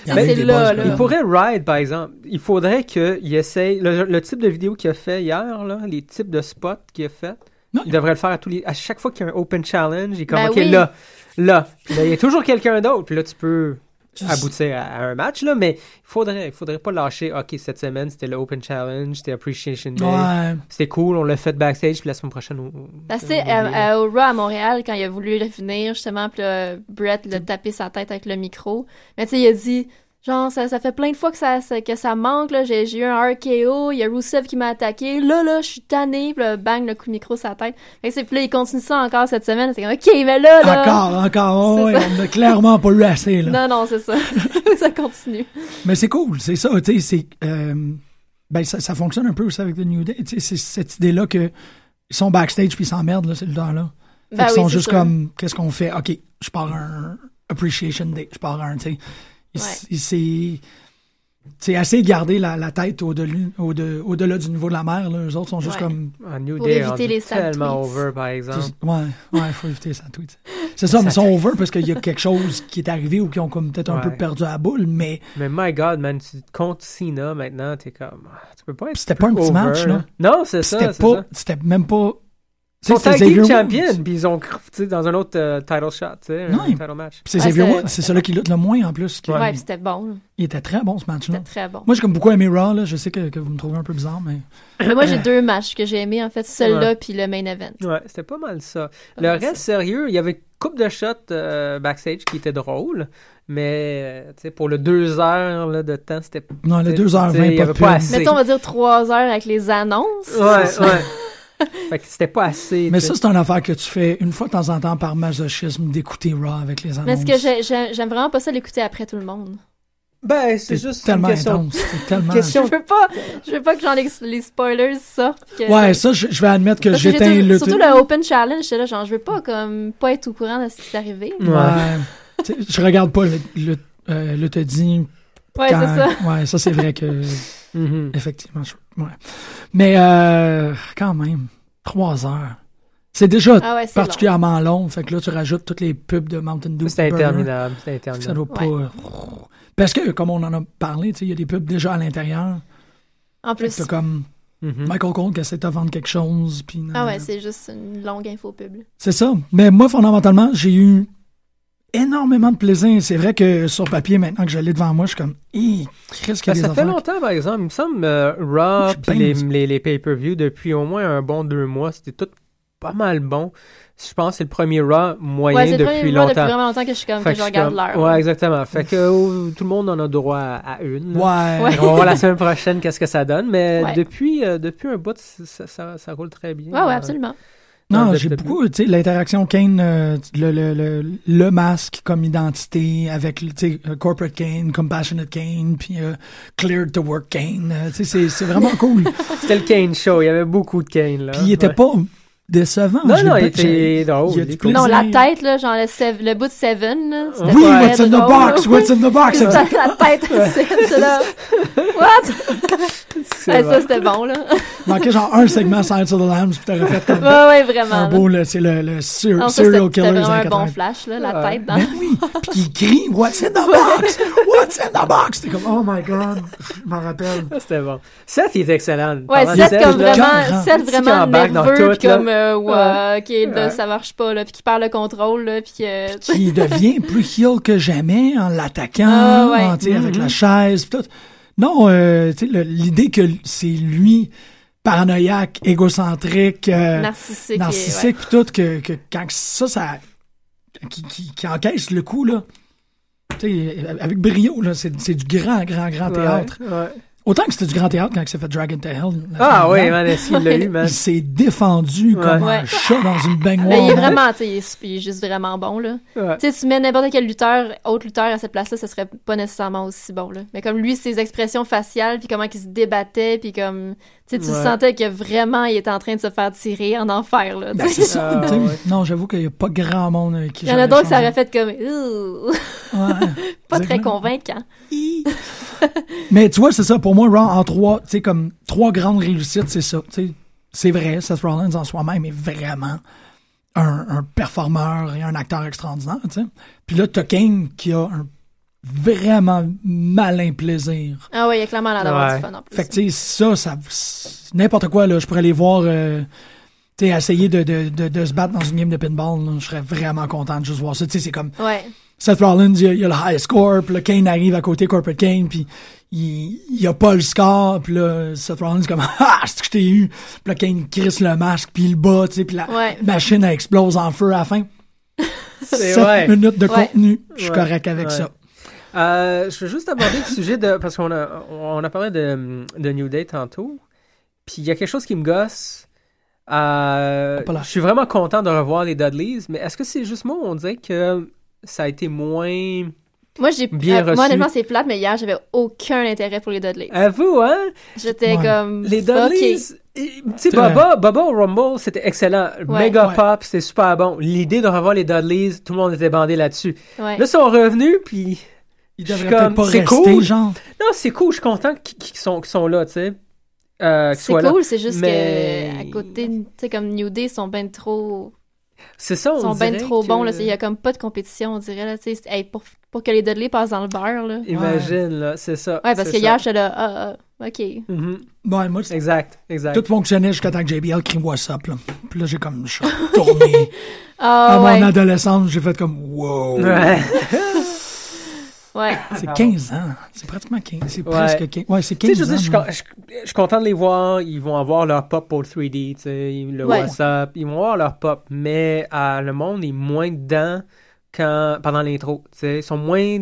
D: Il y en a
F: c'est
D: des
F: là,
D: buzz,
F: là.
E: Il
F: Il
E: pourrait ride, par exemple. Il faudrait qu'il essaye. Le, le type de vidéo qu'il a fait hier, là, les types de spots qu'il a fait,
D: Non,
E: il devrait le faire à tous les. À chaque fois qu'il y a un open challenge, il est comme,
F: Ben
E: OK,
F: oui.
E: là, là, là, il y a toujours quelqu'un d'autre. Puis là, tu peux
D: Tu-
E: aboutir à, à un match, là, mais il faudrait, il faudrait pas lâcher. OK, cette semaine, c'était le open challenge, c'était Appreciation Day.
D: Ouais.
E: C'était cool, on l'a fait backstage, puis la semaine prochaine, on. on-
F: Parce que,
E: on
F: tu sais,
E: oublie, là.
F: à- à- au Raw à Montréal, quand il a voulu revenir, justement, puis là, Brett l'a tapé sa tête avec le micro. Mais tu sais, il a dit, genre, ça, ça fait plein de fois que ça, ça- que ça manque, là. J'ai, j'ai eu un RKO, il y a Rousseff qui m'a attaqué. Là, là, je suis tanné, puis là, bang, le coup de micro sa tête. Fait que c'est, puis là, il continue ça encore cette semaine. C'est comme, OK, mais là, là.
D: Encore, encore.
F: C'est
D: ouais,
F: ça.
D: on n'a clairement pas eu assez. Là.
F: Non, non, c'est ça. ça continue.
D: Mais c'est cool, c'est ça. Tu sais, c'est, euh, ben, ça, ça fonctionne un peu aussi avec The New Day. Tu sais, c'est cette idée-là que ils sont backstage puis ils s'emmerdent, là, c'est le temps-là. Fait
F: Ben
D: qu'ils
F: oui,
D: sont
F: c'est
D: juste
F: sûr.
D: comme, qu'est-ce qu'on fait? OK, je pars un, Appreciation Day, je parle un, tu sais. Il s- il s'est- C'est assez de garder la, la tête au-delà au de- au-delà du niveau de la mer. Là. Eux autres sont juste
F: Ouais.
D: comme.
E: Ah, New
F: Pour
E: Day,
F: éviter
E: rendu
F: les sad
E: tellement
F: tweets.
E: over, par exemple.
D: Ouais, ouais, faut éviter ça tweet. C'est ça, mais ils sont over parce qu'il y a quelque chose qui est arrivé ou qui ont comme peut-être un peu
E: Ouais.
D: perdu la boule, mais
E: Mais my God, man, tu te comptes Cena maintenant, t'es comme... ah, Tu peux pas être
D: C'était pas un
E: plus
D: petit
E: over,
D: match,
E: là.
D: non?
E: Non, c'est ça,
D: c'était
E: c'est
D: pas.
E: ça.
D: C'était même pas.
E: Ils sont
D: c'est
E: tag team
D: Xavier
E: champion,
D: Woods.
E: puis ils ont, tu sais, dans un autre euh, title shot, tu sais, un
D: Non, il-
E: title match.
D: Puis c'est
F: Ouais,
D: Xavier
F: c'est-
D: Woods, c'est celui qui lutte le moins en plus. qui-
F: Ouais, puis c'était bon.
D: Il était très bon ce match-là.
F: C'était très bon.
D: Moi, j'ai comme beaucoup aimé Raw, là. Je sais que, que vous me trouvez un peu bizarre, mais.
F: Mais moi, j'ai deux matchs que j'ai aimés, en fait. Celui-là, puis le main event.
E: Ouais, c'était pas mal ça.
D: Ah,
F: Pas
E: Le
F: mal
E: reste, sérieux, il y avait une couple de shots euh, backstage qui étaient drôles, mais euh, tu sais, pour le deux heures là, de temps, c'était...
D: Non, les
E: T'sais,
D: 2h20,
E: t'sais,
D: pas
E: y
D: de
E: avait
D: pub.
E: pas assez.
F: Mettons, on va dire trois heures avec les annonces.
E: Ouais, ouais. fait que c'était pas assez.
D: Mais
E: tu
D: ça, c'est une affaire que tu fais une fois de temps en temps par masochisme d'écouter Raw avec les annonces.
F: Mais ce que j'ai- j'ai- j'aime vraiment pas ça l'écouter après tout le monde.
E: Ben, c'est
D: C'est
E: juste
D: tellement
E: une question.
D: intense. C'est tellement.
E: question-
F: Je veux pas, je veux pas que j'en ex- les spoilers, ça. que-
D: Ouais, ça, je, je vais admettre que
F: Parce que
D: j'étais
F: j'ai tout-
D: le.
F: Surtout le Open Challenge, j'étais là, genre, je veux pas, comme, pas être au courant de ce qui est arrivé.
D: Ouais. Tu sais, je regarde pas le, le, euh, le te dit.
F: Ouais, c'est
D: quand-
F: ça.
D: Ouais, ça, c'est vrai que.
E: Mhm.
D: Effectivement. je- ouais. Mais euh, quand même, 3 heures. C'est déjà
F: Ah ouais, c'est
D: particulièrement long. Fait que là, tu rajoutes toutes les pubs de Mountain Dew.
E: C'était
D: Burger.
E: interminable. C'était
D: Fait que Ça
E: interminable.
D: doit pas. Parce que, comme on en a parlé, tu sais, il y a des pubs déjà à l'intérieur.
F: En
D: Fait que
F: plus.
D: T'as comme
E: Mhm.
D: Michael Cole qui essaie de te vendre quelque chose. puis nan,
F: Ah
D: nan,
F: ouais,
D: nan.
F: c'est juste une longue info pub.
D: C'est ça. Mais moi, fondamentalement, j'ai eu énormément de plaisir. C'est vrai que sur papier, maintenant que je l'ai devant moi, je suis comme, Hi, qu'est-ce qu'il
E: Ben,
D: y a des
E: ça fait
D: affaires?
E: longtemps, par exemple. Il me semble, euh,
D: Je
E: Raw,
D: suis
E: puis
D: bien
E: les,
D: mis-
E: les, les pay-per-view, depuis au moins un bon deux mois, c'était tout pas mal bon. Je pense que c'est le premier Raw moyen
F: Ouais, c'est le
E: depuis
F: premier mois depuis
E: longtemps.
F: vraiment longtemps que je suis comme,
E: Fait
F: que
E: que je
F: je
E: suis
F: regarde
E: comme-
F: l'heure.
E: Ouais, exactement. Fait que euh, tout le monde en a droit à, à une. là.
D: Ouais.
F: Ouais.
E: On va voir la semaine prochaine qu'est-ce que ça donne, mais
F: Ouais.
E: depuis, euh, depuis un bout, ça, ça- ça- ça roule très bien.
F: Ouais, ouais,
E: Euh,
F: absolument.
D: Non,
E: Ouais,
D: j'ai
E: depuis-
D: beaucoup, tu sais, l'interaction Kane, euh, le, le, le, le masque comme identité avec, tu sais, euh, Corporate Kane, Compassionate Kane, puis euh, Cleared to Work Kane. euh, tu sais, c'est- c'est vraiment cool.
E: C'était le Kane Show, il y avait beaucoup de Kane. Là.
D: Puis il était
E: Ouais.
D: pas décevant.
E: Non,
D: Je
E: non,
D: l'ai-
E: il était
D: j'ai-
E: drôle,
D: il y a
E: il
D: du
E: était-
F: Non, la
D: plaisir.
F: tête, là, genre, le, sev- le bout de Seven, là, c'était
D: Oui,
F: très
D: what's in the
F: drôle,
D: box?
F: là.
D: What's in the box?
F: C'est ça, la tête, c'est là. What?
E: C'est
F: Ouais,
E: vrai.
F: ça, c'était bon, là.
D: Il manquait genre un segment Science of the Lambs, puis t'aurais fait comme
F: Ouais, ouais, vraiment.
D: un
F: là.
D: Ah, beau, là, c'est le, le ser-
F: Non, ça, c'était
D: serial
F: c'était
D: killer des
F: vraiment un
D: années
F: bon
D: 80.
F: flash, là, la
E: Ouais.
F: tête hein. dans
D: Mais oui, puis qui crie What's in the box? What's in the box? T'es comme Oh my god, je m'en rappelle.
E: Ça, C'était bon. Seth, il est excellent.
F: Ouais,
E: Parlant de
F: Seth comme
E: là,
D: Quand-
F: vraiment, Seth
E: quand
F: vraiment
E: embarque dans
F: nerveux,
E: tout,
F: puis
E: là.
F: comme euh, ouais, ok, là,
E: Ouais.
F: ça marche pas, là, puis qui perd le contrôle, là, puis que
D: qui devient plus heel que jamais en l'attaquant,
F: Ah ouais.
D: en, tu sais, avec la chaise, pis tout. Non, euh, tu sais, le- l'idée que c'est lui, paranoïaque, égocentrique, euh,
F: narcissique. et-
D: narcissique, pis tout, que, que quand ça, ça, qui, qui, qui encaisse le coup, là, tu sais, avec brio, là, c'est c'est du grand, grand, grand théâtre.
E: Ouais, ouais.
D: Autant que c'était du grand théâtre quand il s'est fait Dragon to Hell. la
E: Ah
D: semaine
E: ouais,
D: dernière,
E: man, est-ce qu'il l'a eu, man?
D: Il s'est défendu
E: Ouais.
D: comme un
F: Ouais.
D: chat dans une
F: ouais.
D: baignoire.
F: Mais il est
D: man.
F: vraiment, tu sais, il est- il est juste vraiment bon, là.
E: Ouais.
F: Tu sais, tu mets n'importe quel lutteur, autre lutteur à cette place-là, ce serait pas nécessairement aussi bon, là. Mais comme lui, ses expressions faciales, puis comment il se débattait, puis comme, tu sais, tu
E: Ouais.
F: sentais que vraiment, il était en train de se faire tirer en enfer, là. tu
D: Ben,
F: sais.
D: c'est ça,
E: Ah,
D: tu sais.
E: ouais.
D: Non, j'avoue qu'il n'y a pas grand monde avec qui
F: Il y en a d'autres, ça aurait
D: j'aurais
F: fait comme, Ouh,
D: changé. Ouais.
F: pas très hein.
D: Exactement.
F: convaincant.
D: Mais tu vois, c'est ça. Pour moi, Raw en trois, tu sais, comme trois grandes réussites, c'est ça. Tu sais, c'est vrai, Seth Rollins en soi-même est vraiment un, un performeur et un acteur extraordinaire, tu sais. Puis là, t'as Kane qui a un vraiment malin plaisir.
F: Ah ouais, il y a clairement l'air d'avoir
E: Ouais.
F: du fun en plus.
D: Fait que, tu sais, ça, ça. c'est N'importe quoi, là. Je pourrais les voir. euh, tu sais, essayer de, de, de, de se battre dans une game de pinball, là. je serais vraiment content de juste voir ça. Tu sais, c'est comme
F: Ouais.
D: Seth Rollins, il a, il a le high score, puis là, Kane arrive à côté Corporate Kane, puis il, il a pas le score, puis là, Seth Rollins est comme « Ah, c'est ce que je t'ai eu! » Puis là, Kane crisse le masque, puis il le bat, tu sais, puis la
F: Ouais.
D: machine, elle explose en feu à la fin.
E: C'est
D: Sept
E: vrai.
D: minutes de
F: Ouais.
D: contenu, je suis
E: Ouais.
D: correct avec
E: Ouais.
D: ça.
E: Euh, je veux juste aborder le sujet de. Parce qu'on a, on a parlé de, de New Day tantôt. Puis il y a quelque chose qui me gosse. Euh,
D: Hop là.
E: je suis vraiment content de revoir les Dudleys, mais est-ce que c'est juste moi ou on dirait que ça a été moins.
F: Moi, j'ai.
E: Bien
F: euh, moi,
E: reçu.
F: honnêtement, c'est plate, mais hier, j'avais aucun intérêt pour les Dudley.
E: À vous, hein?
F: J'étais
D: Ouais.
F: comme.
E: Les
F: fuck
E: Dudleys, Tu
F: it.
E: sais, Baba, Baba au Rumble, c'était excellent.
F: Ouais.
E: Mega
D: Ouais.
E: pop, c'était super bon. L'idée de revoir les Dudleys, tout le monde était bandé là-dessus.
F: Ouais.
E: Là, ils sont revenus, puis
D: Il
E: Je suis
D: devrait peut-être
E: comme,
D: pas
E: c'est
D: rester,
E: cool.
D: genre.
E: non, c'est cool, je suis content qu'ils qu'ils sont, qu'ils sont là, tu sais. Euh, qu'ils
F: C'est
E: soient là.
F: cool, c'est juste
E: Mais-
F: que à côté, tu sais, comme New Day sont ben trop,
E: C'est ça, on
F: sont ben
E: dirait
F: trop
E: que-
F: bons là. Il y a comme pas de compétition, on dirait là. Tu sais, hey, pour pour que les Dudley passent dans le beurre là.
E: Imagine, là, c'est ça.
F: Ouais, parce
E: c'est
F: que
E: ça.
F: hier j'étais là, ah, ah, ok.
E: Mhm.
D: Ouais, moi, c'est-
E: Exact, exact.
D: tout fonctionnait jusqu'à temps que JBL crie WhatsApp, là. Puis là, j'ai comme, je suis tourné. à
F: Ah
D: mon
F: ouais.
D: adolescence, j'ai fait comme, wow.
E: Ouais.
F: Ouais.
D: C'est 15 ans. C'est pratiquement 15. C'est presque 15. Ouais, c'est
E: Tu sais,
D: 15
E: je
D: ans.
E: veux dire, je suis
D: moi.
E: con- je suis je suis content de les voir. Ils vont avoir leur pop pour le 3D, tu sais, le
F: Ouais.
E: WhatsApp. Ils vont avoir leur pop, mais euh, le monde est moins dedans quand, pendant l'intro, tu sais. Ils sont moins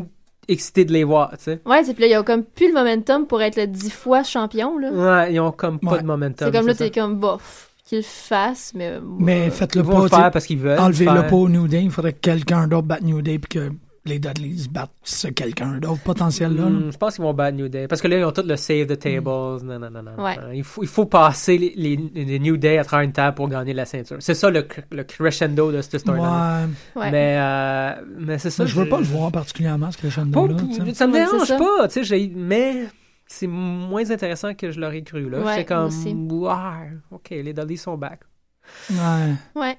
E: excités de les voir, tu sais.
F: Ouais, c'est puis là, ils ont comme plus le momentum pour être le 10 fois champion, là.
E: Ouais, ils ont comme pas
D: Ouais.
E: de momentum.
F: c'est comme là,
E: ça.
F: t'es comme, bof, qu'ils le fassent, mais. euh,
D: Mais faites-le
E: Ils vont
D: pas.
E: le
D: tu sais,
E: faire parce qu'ils veulent.
D: Enlevez-le
E: faire.
D: pas au New Day. Il faudrait que quelqu'un d'autre batte New Day puis que les Dudleys battent ce quelqu'un d'autre potentiel-là. là.
E: Hmm, je pense qu'ils vont battre New Day. Parce que là, ils ont tous le save the tables. Non, non, non, non.
F: Hmm. Ouais.
E: Il, faut, il faut passer les, les- les New Day à travers une table pour gagner la ceinture. C'est ça le, cr- le crescendo de cette storyline.
D: Ouais.
F: Ouais.
E: Mais, euh, mais c'est ça.
D: Ça, je veux pas le voir particulièrement, ce
E: Pas-
D: crescendo-là. tu sais.
E: ça me
F: Ouais,
E: dérange
F: c'est ça.
E: pas, tu sais, j'ai- mais c'est moins intéressant que je l'aurais cru. Là.
F: Ouais,
E: J'étais comme,
F: moi aussi.
E: wow, ok, les Dudley sont back.
D: Ouais.
F: Ouais.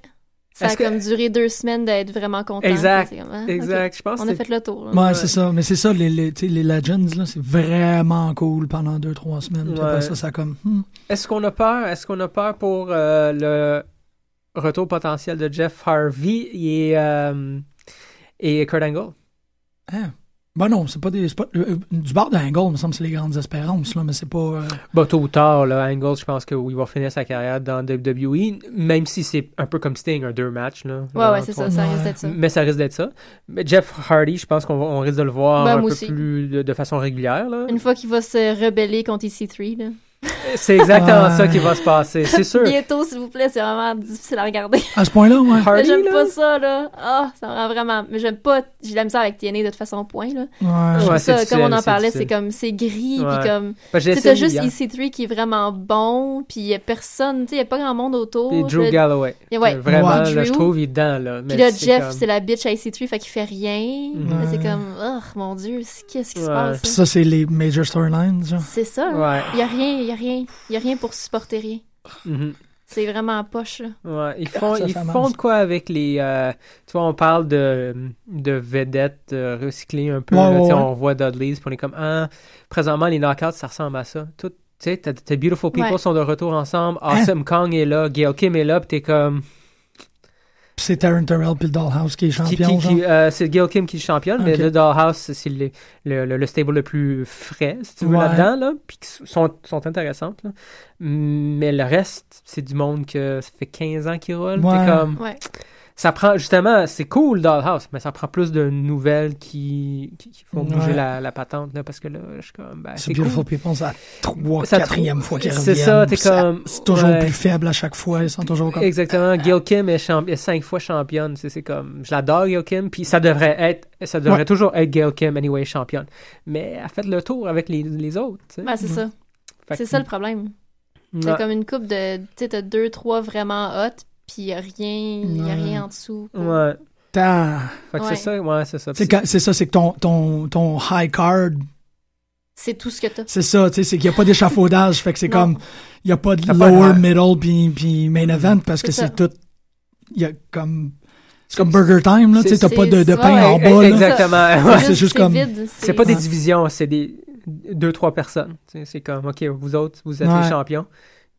F: Ça
E: Est-ce
F: a
E: que-
F: comme duré deux semaines d'être vraiment content.
E: Exact,
F: puis c'est comme, ah,
E: Exact, je
F: ok.
E: pense
F: On
E: que
F: a fait le tour. là.
D: Ouais, c'est ça. Mais c'est ça, les, les, tu sais, les Legends, là, c'est vraiment cool pendant 2-3 semaines. Puis
E: Ouais.
D: après ça, ça comme. hmm.
E: Est-ce qu'on a peur? Est-ce qu'on a peur pour euh, le retour potentiel de Jeff Harvey et, euh, et Kurt Angle?
D: Hein. Ben non, c'est pas des. c'est pas- euh, euh, du bord d'Angle, il me semble, c'est les grandes espérances, là, mais c'est pas. euh,
E: Bah, tôt ou tard, là, Angle, je pense qu'il va finir sa carrière dans WWE, même si c'est un peu comme Sting, un deux matchs. Là,
F: Ouais,
E: Genre,
F: ouais, c'est
E: trois-
F: ça, ça
D: Ouais.
F: risque d'être ça.
E: Mais ça risque d'être ça. Mais Jeff Hardy, je pense qu'on va- on risque de le voir
F: Ben,
E: un peu
F: moi aussi.
E: plus de, de façon régulière. là.
F: Une fois qu'il va se rebeller contre EC3, là.
E: C'est exactement
D: Ouais.
E: ça qui va se passer, c'est sûr.
F: Bientôt, s'il vous plaît, c'est vraiment difficile à regarder.
D: À ce point-là, ouais.
F: Mais
E: Hardy,
F: j'aime
E: là,
F: pas ça, là. Ah, ça me rend vraiment. Mais j'aime pas. J'ai de la misère avec TNA de toute façon, point, là.
D: Ouais.
E: Ouais. c'est
F: ça,
E: difficile,
F: comme on en
E: c'est
F: parlait,
E: difficile.
F: c'est comme. C'est gris,
E: Ouais.
F: puis comme.
E: parce que Ben, j'ai
F: Tu sais, t'as
E: essayé hein.
F: juste
E: hier.
F: EC3 qui est vraiment bon, puis il y a personne, tu sais, il y a pas grand monde autour.
E: Et Drew
F: Le-
E: Galloway.
F: Et ouais.
E: Euh, Vraiment,
D: Ouais.
E: là, je
F: Drew.
E: trouve, il est dedans. Là, mais
F: Puis là,
E: c'est
F: Jeff,
E: comme-
F: c'est la bitch à EC3, fait qu'il fait rien.
E: Mhm.
F: Là, C'est
D: Ouais.
F: comme, oh mon dieu, c'est- qu'est-ce qui se
E: Ouais.
F: passe?
D: Puis
F: là?
D: ça, c'est les major storylines, genre.
F: C'est ça, là.
E: Ouais.
F: Il y a rien, il y a rien. Il y a rien pour supporter rien.
E: mhm.
F: C'est vraiment poche, là.
E: Ouais, ils font,
D: ça
E: ils
D: fait mal,
E: font
D: ça.
E: de quoi avec les. euh, tu vois, on parle de, de vedettes euh, recyclées un peu.
D: Ouais,
E: là, tu
D: ouais,
E: sais,
D: ouais.
E: On voit Dudley's, puis on est comme, ah, présentement, les knockouts, ça ressemble à ça. Tout, tu sais, t'as- tes Beautiful People
F: Ouais.
E: sont de retour ensemble.
D: Hein?
E: Awesome Kong est là. Gail Kim est là, puis t'es comme.
D: Puis c'est Taryn Terrell puis le Dollhouse qui est
E: qui-
D: champion,
E: qui-
D: genre.
E: qui- euh, c'est Gail Kim qui est championne, mais
D: Ok.
E: le Dollhouse, c'est le, le, le- le stable le plus frais, si tu veux,
D: Ouais.
E: là-dedans, là, puis qui sont, sont intéressantes. là. Mais le reste, c'est du monde que ça fait 15 ans qu'ils roulent.
D: Ouais.
E: T'es comme.
F: Ouais.
E: Ça prend, justement, c'est cool Dollhouse, mais ça prend plus de nouvelles qui, qui, qui font bouger
D: Ouais.
E: la, la patente, là, parce que là, je suis comme. Ben,
D: C'est
E: c'est
D: Beautiful
E: cool.
D: People, c'est la trois,
E: Ça
D: quatrième fois qu'ils
E: C'est
D: reviennent.
E: ça, t'es
D: puis ça-
E: comme-
D: C'est toujours
E: ouais.
D: plus faible à chaque fois. Ils sont toujours comme.
E: Exactement. Gail Kim est, champ- est cinq fois championne. C'est, c'est comme, je l'adore, Gail Kim. Puis ça devrait être, ça devrait
D: Ouais.
E: toujours être Gail Kim, anyway, championne. Mais elle fait le tour avec les, les autres. tu sais.
F: Ben, c'est ça.
E: Mhm. Fait que-
F: C'est ça le problème.
E: Ouais.
F: T'as comme une coupe de. Tu sais, t'as deux, trois vraiment hot, puis il y a rien, il y a
D: Ouais.
F: rien en dessous.
E: Ouais.
D: Tant.
E: Fait que
F: Ouais.
E: c'est ça, ouais, c'est ça.
D: C'est quand- c'est ça, c'est que ton, ton, ton high card,
F: C'est tout ce que t'as.
D: c'est ça, tu sais, c'est qu'il n'y a pas d'échafaudage, fait que c'est
F: Non. Mm-hmm.
D: comme, il n'y a pas de
E: T'as pas
D: lower,
E: de-
D: middle, puis, puis main event, parce que
F: C'est ça.
D: c'est tout, il y a comme, c'est comme Burger Time, là, tu sais, t'as pas de, de
F: c'est-
D: pain
F: ouais,
D: en
F: ouais,
D: bas, là.
E: Exactement.
D: Ouais,
E: Ouais.
D: c'est juste comme-
F: vide,
E: C'est pas des
D: Ouais.
E: divisions, c'est des deux, trois personnes. Tu sais, C'est comme, OK, vous autres, vous êtes les
D: Ouais.
E: champions.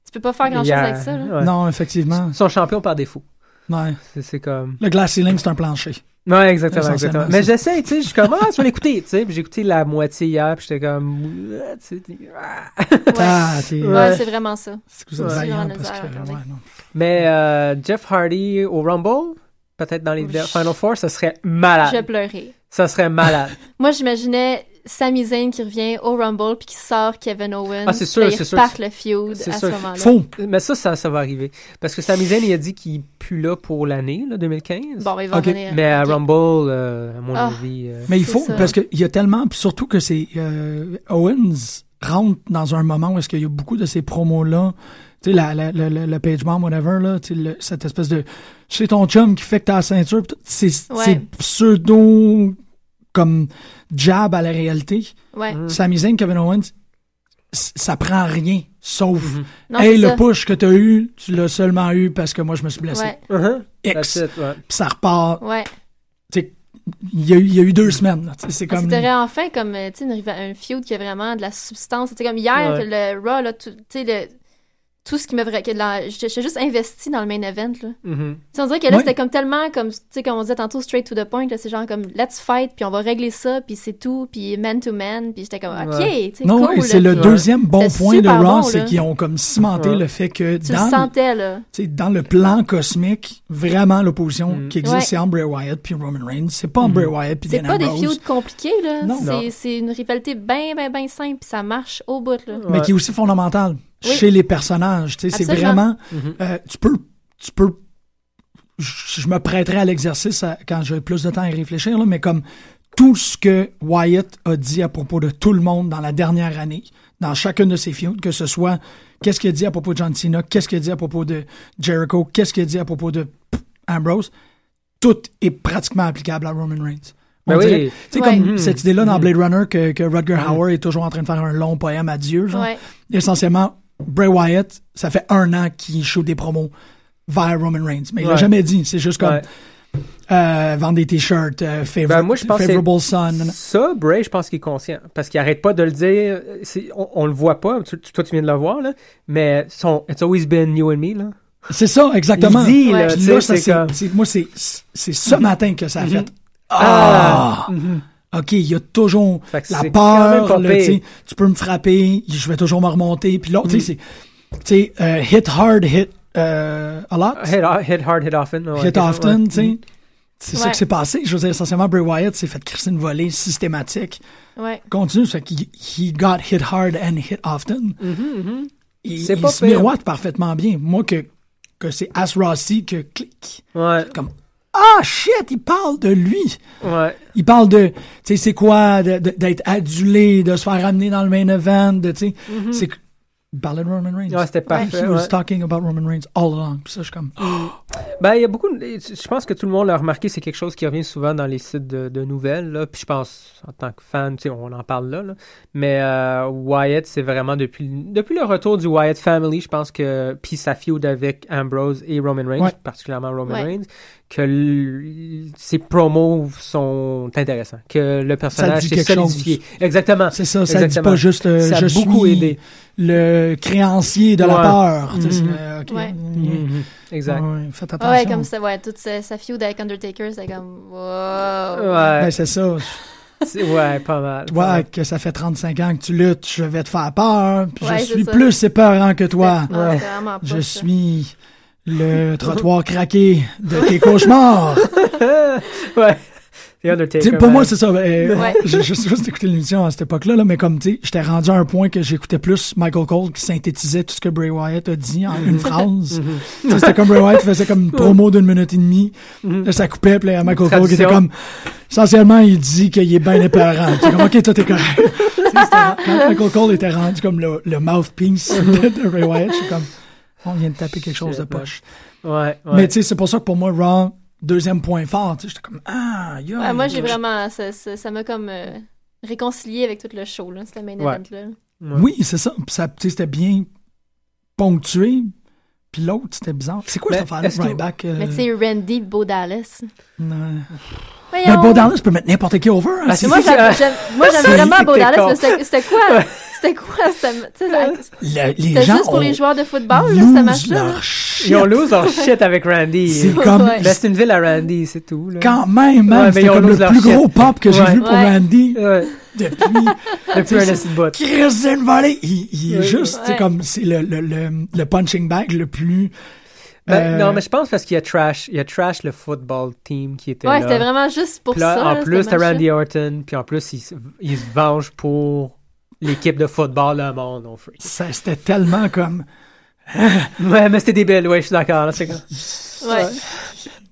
F: Tu peux pas faire grand chose
E: Yeah.
F: avec ça, là.
E: Ouais.
D: Non, effectivement.
E: Ils sont champions par défaut.
D: Ouais.
E: C'est, c'est comme.
D: Le glass ceiling, c'est un plancher.
E: Ouais, exactement.
D: Essentiellement,
E: exactement. Mais
D: ça.
E: j'essaie, tu sais, je commence ah, tu vas l'écouter, tu sais. Puis j'ai écouté la moitié hier, puis j'étais comme. euh, tu sais, t'es- ah.
F: Ouais,
D: Ah, t'es,
F: Ouais, c'est vraiment ça.
D: c'est que vous êtes
E: Ouais.
D: vaillant,
F: J'en ai
D: parce que,
F: regardé.
D: ouais, non.
E: Mais euh, Jeff Hardy au Rumble, peut-être dans les
F: Je-
E: Final Four, ça serait
F: Je vais
E: malade.
F: pleurer.
E: Ça serait malade.
F: Moi, j'imaginais Sami Zayn qui revient au Rumble puis qui sort Kevin Owens.
E: Ah, c'est sûr,
F: Puis là,
E: c'est
F: il
E: sûr.
F: repart le feud
E: C'est
F: à
E: sûr.
F: ce moment-là.
D: Faux.
E: Mais ça, ça, ça va arriver. Parce que Sami Zayn, il a dit qu'il pue là pour l'année, là, 2015.
F: Bon, ben, il va
D: Ok,
F: revenir.
E: Mais à
F: Ok.
E: Rumble, euh, à mon
F: Ah.
E: avis... euh,
D: Mais il
F: C'est
D: faut,
F: ça.
D: parce qu'il y a tellement, puis surtout que c'est euh, Owens rentre dans un moment où est-ce qu'il y a beaucoup de ces promos-là, tu sais, la, la, la, la, la page bomb, whatever, là, tu sais, le- cette espèce de... C'est ton chum qui fait que t'as la ceinture, pis tout, c'est
F: Ouais.
D: c'est pseudo comme jab à la réalité.
F: Ouais.
D: Sami Zayn, Kevin Owens, c- ça prend rien, sauf...
F: Mm-hmm. Non,
D: hey,
F: c'est
D: le
F: ça.
D: push que t'as eu, tu l'as seulement eu parce que moi, je me suis blessé.
F: Ouais,
E: Uh-huh.
D: X,
E: That's it, ouais.
D: pis ça repart.
F: ouais.
D: Tu sais, Il y, a eu- il y a eu deux semaines. là, tu sais, C'est
F: Parce
D: comme...
F: que t'aurais enfin comme euh, tu sais, une riva- un feud qui a vraiment de la substance. Tu sais, comme hier,
E: Ouais.
F: le Raw, là, tout, tu sais, le- tout ce qui m'a vra- que de la- J'étais j'étais juste investi dans le main event. Là.
E: Mhm.
F: Tu sais, on dirait que là,
D: Ouais.
F: c'était comme tellement, comme, tu sais, comme on disait tantôt, straight to the point. là, C'est genre comme, let's fight, puis on va régler ça, puis c'est tout, puis man to man. Puis j'étais comme, OK, tu sais,
D: Non,
F: cool.
D: oui, c'est
F: là.
D: le
E: Ouais.
D: deuxième bon
F: C'était
D: point de
F: super
D: Raw,
F: bon,
D: c'est
F: là.
D: qu'ils ont comme cimenté
E: Ouais.
D: le fait que
F: Tu
D: dans,
F: le sentais, là.
D: tu sais, dans le plan cosmique, vraiment l'opposition qui existe,
F: Ouais. Mm.
D: c'est entre Bray Wyatt puis Roman Reigns. C'est pas entre Bray Wyatt puis
F: C'est
D: Dean
F: pas des
D: Ambrose,
F: feuds compliqués, là.
D: Non.
F: C'est-
E: Non.
F: C'est une rivalité bien, bien, bien simple, puis ça marche au bout, là.
D: mais qui est aussi fondamentale
F: Oui.
D: chez les personnages. Tu sais, c'est
F: Absolument.
D: vraiment,
E: Mhm.
D: euh, tu peux, tu peux, je je me prêterai à l'exercice à- quand j'aurai plus de temps à y réfléchir, là, mais comme tout ce que Wyatt a dit à propos de tout le monde dans la dernière année, dans chacune de ses feuds, que ce soit qu'est-ce qu'il a dit à propos de John Cena, qu'est-ce qu'il a dit à propos de Jericho, qu'est-ce qu'il a dit à propos de pff, Ambrose, tout est pratiquement applicable à Roman Reigns. On
E: Ben oui.
D: dirait- Tu sais,
F: Ouais.
D: comme
E: Mm.
D: cette idée-là dans Blade Runner que, que Rutger
E: Ah
D: Hauer est toujours en train de faire un long poème à Dieu, genre.
F: Ouais.
D: Essentiellement, Bray Wyatt, ça fait un an qu'il shoot des promos vers Roman Reigns. Mais il l'a
E: Ouais.
D: jamais dit. C'est juste comme
E: Ouais.
D: euh, vendre des t-shirts, euh, favor-
E: Ben, moi, je pense que c'est-
D: favorable son.
E: Ça, Bray, je pense qu'il est conscient. Parce qu'il arrête pas de le dire. C'est- On, on le voit pas. Tu- tu- toi, tu viens de le voir, là. Mais son It's always been you and me, là.
D: C'est ça, exactement.
E: Il dit,
F: Ouais.
E: là,
D: Puis
E: Euh, tu
D: là,
E: sais,
D: ça,
E: c'est
D: c'est,
E: comme... Mhm.
D: c'est- moi, c'est, c'est ce matin que ça a fait.
E: Ah!
D: Ah! OK, il y a toujours
E: Fait que
D: la
E: c'est quand
D: peur,
E: même pas
D: là, tu
E: pire. Mhm.
D: sais, tu peux me frapper, je vais toujours me remonter. Puis l'autre, tu sais, c'est- tu sais, euh, hit hard, hit euh, a lot,
E: Hit, hit hard, hit often. ouais,
D: hit
E: quelque chose,
D: often,
E: ouais.
D: tu sais. C'est ça
F: Ouais.
D: qui s'est passé. Je veux dire, essentiellement, Bray Wyatt s'est fait crisser une volée systématique.
F: Ouais.
D: Continue, ça fait qu'il he got hit hard and hit often. Il,
E: C'est
D: il
E: pas
D: se
E: pire.
D: miroite parfaitement bien. Moi, que, que c'est As Rossi que clique.
E: Ouais,
D: Comme, ah shit, il parle de lui.
E: ouais.
D: Il parle de, tu sais, c'est quoi de- de- d'être adulé, de se faire ramener dans le main event, de, tu sais, c'est que- il parlait de Roman Reigns.
E: Mm-hmm. Ouais, c'était
D: He
E: parfait.
D: was
E: ouais.
D: talking about Roman Reigns all along. Puis ça, je suis comme, ah,
E: Ben, il y a beaucoup. de- Je pense que tout le monde l'a remarqué, c'est quelque chose qui revient souvent dans les sites de, de nouvelles. Là. Puis je pense, en tant que fan, tu sais, on en parle là. là. Mais euh, Wyatt, c'est vraiment depuis, depuis le retour du Wyatt Family, je pense que. Puis sa feud avec Ambrose et Roman Reigns,
D: Ouais.
E: particulièrement Roman
F: Ouais.
E: Reigns, que l- ses promos sont intéressants. Que le personnage
D: dit
E: s'est
D: quelque
E: solidifié. Exactement.
D: c'est ça, ça dit
E: Exactement.
D: pas juste, euh,
E: Ça a
D: je
E: beaucoup
D: suis
E: aidé.
D: le créancier de la
E: Ouais.
D: peur. Tu sais, c'est,
E: Mhm.
D: euh, ok.
F: Ouais.
D: Mhm.
E: Mhm. Exact.
D: Ouais, faites attention.
F: Ouais, comme ça, ouais, toute sa, sa feud avec Undertaker, c'est comme, wow.
D: Ben,
E: Ouais,
D: c'est ça.
E: c'est- ouais, pas mal. pas
D: Toi,
E: mal.
D: que ça fait 35 ans que tu luttes, je vais te faire peur. puis
F: Ouais,
D: je
F: c'est
D: suis
F: ça.
D: plus épeurant que toi.
F: Ah, c'était vraiment
D: Je
F: poche, ça.
D: suis le trottoir craqué de tes cauchemars.
E: Ouais. The Undertaker.
D: Tu sais, pour
E: man.
D: moi, c'est ça. euh,
F: Ouais.
D: J'ai juste juste écouté l'émission à cette époque-là, là, mais comme tu sais, j'étais rendu à un point que j'écoutais plus Michael Cole qui synthétisait tout ce que Bray Wyatt a dit en une phrase. Tu sais, C'était comme Bray Wyatt faisait comme une promo d'une minute et demie. Là, ça coupait, puis là, Michael Cole qui était
E: Traduction.
D: comme. Essentiellement, il dit qu'il est bien épeurant. Puis comme, ok, toi, t'es correct. Tu sais, c'était- Quand Michael Cole était rendu comme le, le mouthpiece de, de Bray Wyatt, je suis comme, on vient de taper quelque chose de
E: Shit, man.
D: poche.
E: Ouais, ouais.
D: Mais tu sais, c'est pour ça que pour moi, Raw, deuxième point fort, tu sais, j'étais comme, ah, yo.
F: Ouais, moi, j'ai vraiment. Ça ça- ça m'a comme euh, réconcilié avec tout le show, là, ce main
E: Ouais.
F: event-là.
D: Euh.
E: Ouais.
D: Oui, c'est ça. Puis ça tu sais, c'était bien ponctué. Puis l'autre, c'était bizarre. C'est quoi
E: Mais
D: cette affaire-là,
E: est-ce que-
D: Ryback? euh,
F: Mais tu sais, Randy Bo Dallas.
D: non.
F: Voyons.
D: Mais Bo Dallas peut mettre n'importe qui over. hein,
E: Ah,
D: Ben, c'est-
F: Moi, j'aime j'aime- moi, j'aime vraiment Bo
E: C'était
F: Dallas,
E: con.
F: mais c'était- c'était quoi? C'était quoi? c'était- tu sais, ça-
D: Le- les
F: C'était
D: gens
F: juste pour
D: ont
F: les joueurs de football, là,
D: lose
F: ce match-là.
D: leur shit.
E: Ils ont lose leur shit avec Randy.
D: C'est comme...
F: Ouais.
E: Ben, c'est une ville à Randy, c'est tout. Là.
D: Quand même, hein,
E: Ouais, mais
D: c'était
E: ils ont
D: comme le
E: lose leur
D: plus
E: shit.
D: gros pop que j'ai
E: Ouais.
D: vu pour
F: Ouais.
D: Randy
E: Ouais,
D: depuis...
E: depuis un acid bot.
D: Chris Del Valle, il, il est
E: Ouais.
D: juste, c'est
F: Ouais.
D: comme, c'est le, le, le, le punching bag le plus...
E: Ben,
D: euh,
E: Non, mais je pense parce qu'il y a trash, il y a trash le football team qui était là.
F: Ouais, c'était vraiment juste pour
E: Puis là,
F: ça.
E: en
F: là, ce
E: plus, t'as
F: match-là.
E: Randy Orton, puis en plus, il, se- il se venge pour l'équipe de football le monde, on freak.
D: ça- C'était tellement comme...
E: Ouais, mais c'était des belles, ouais, je suis d'accord. là, c'est comme-
F: Ouais.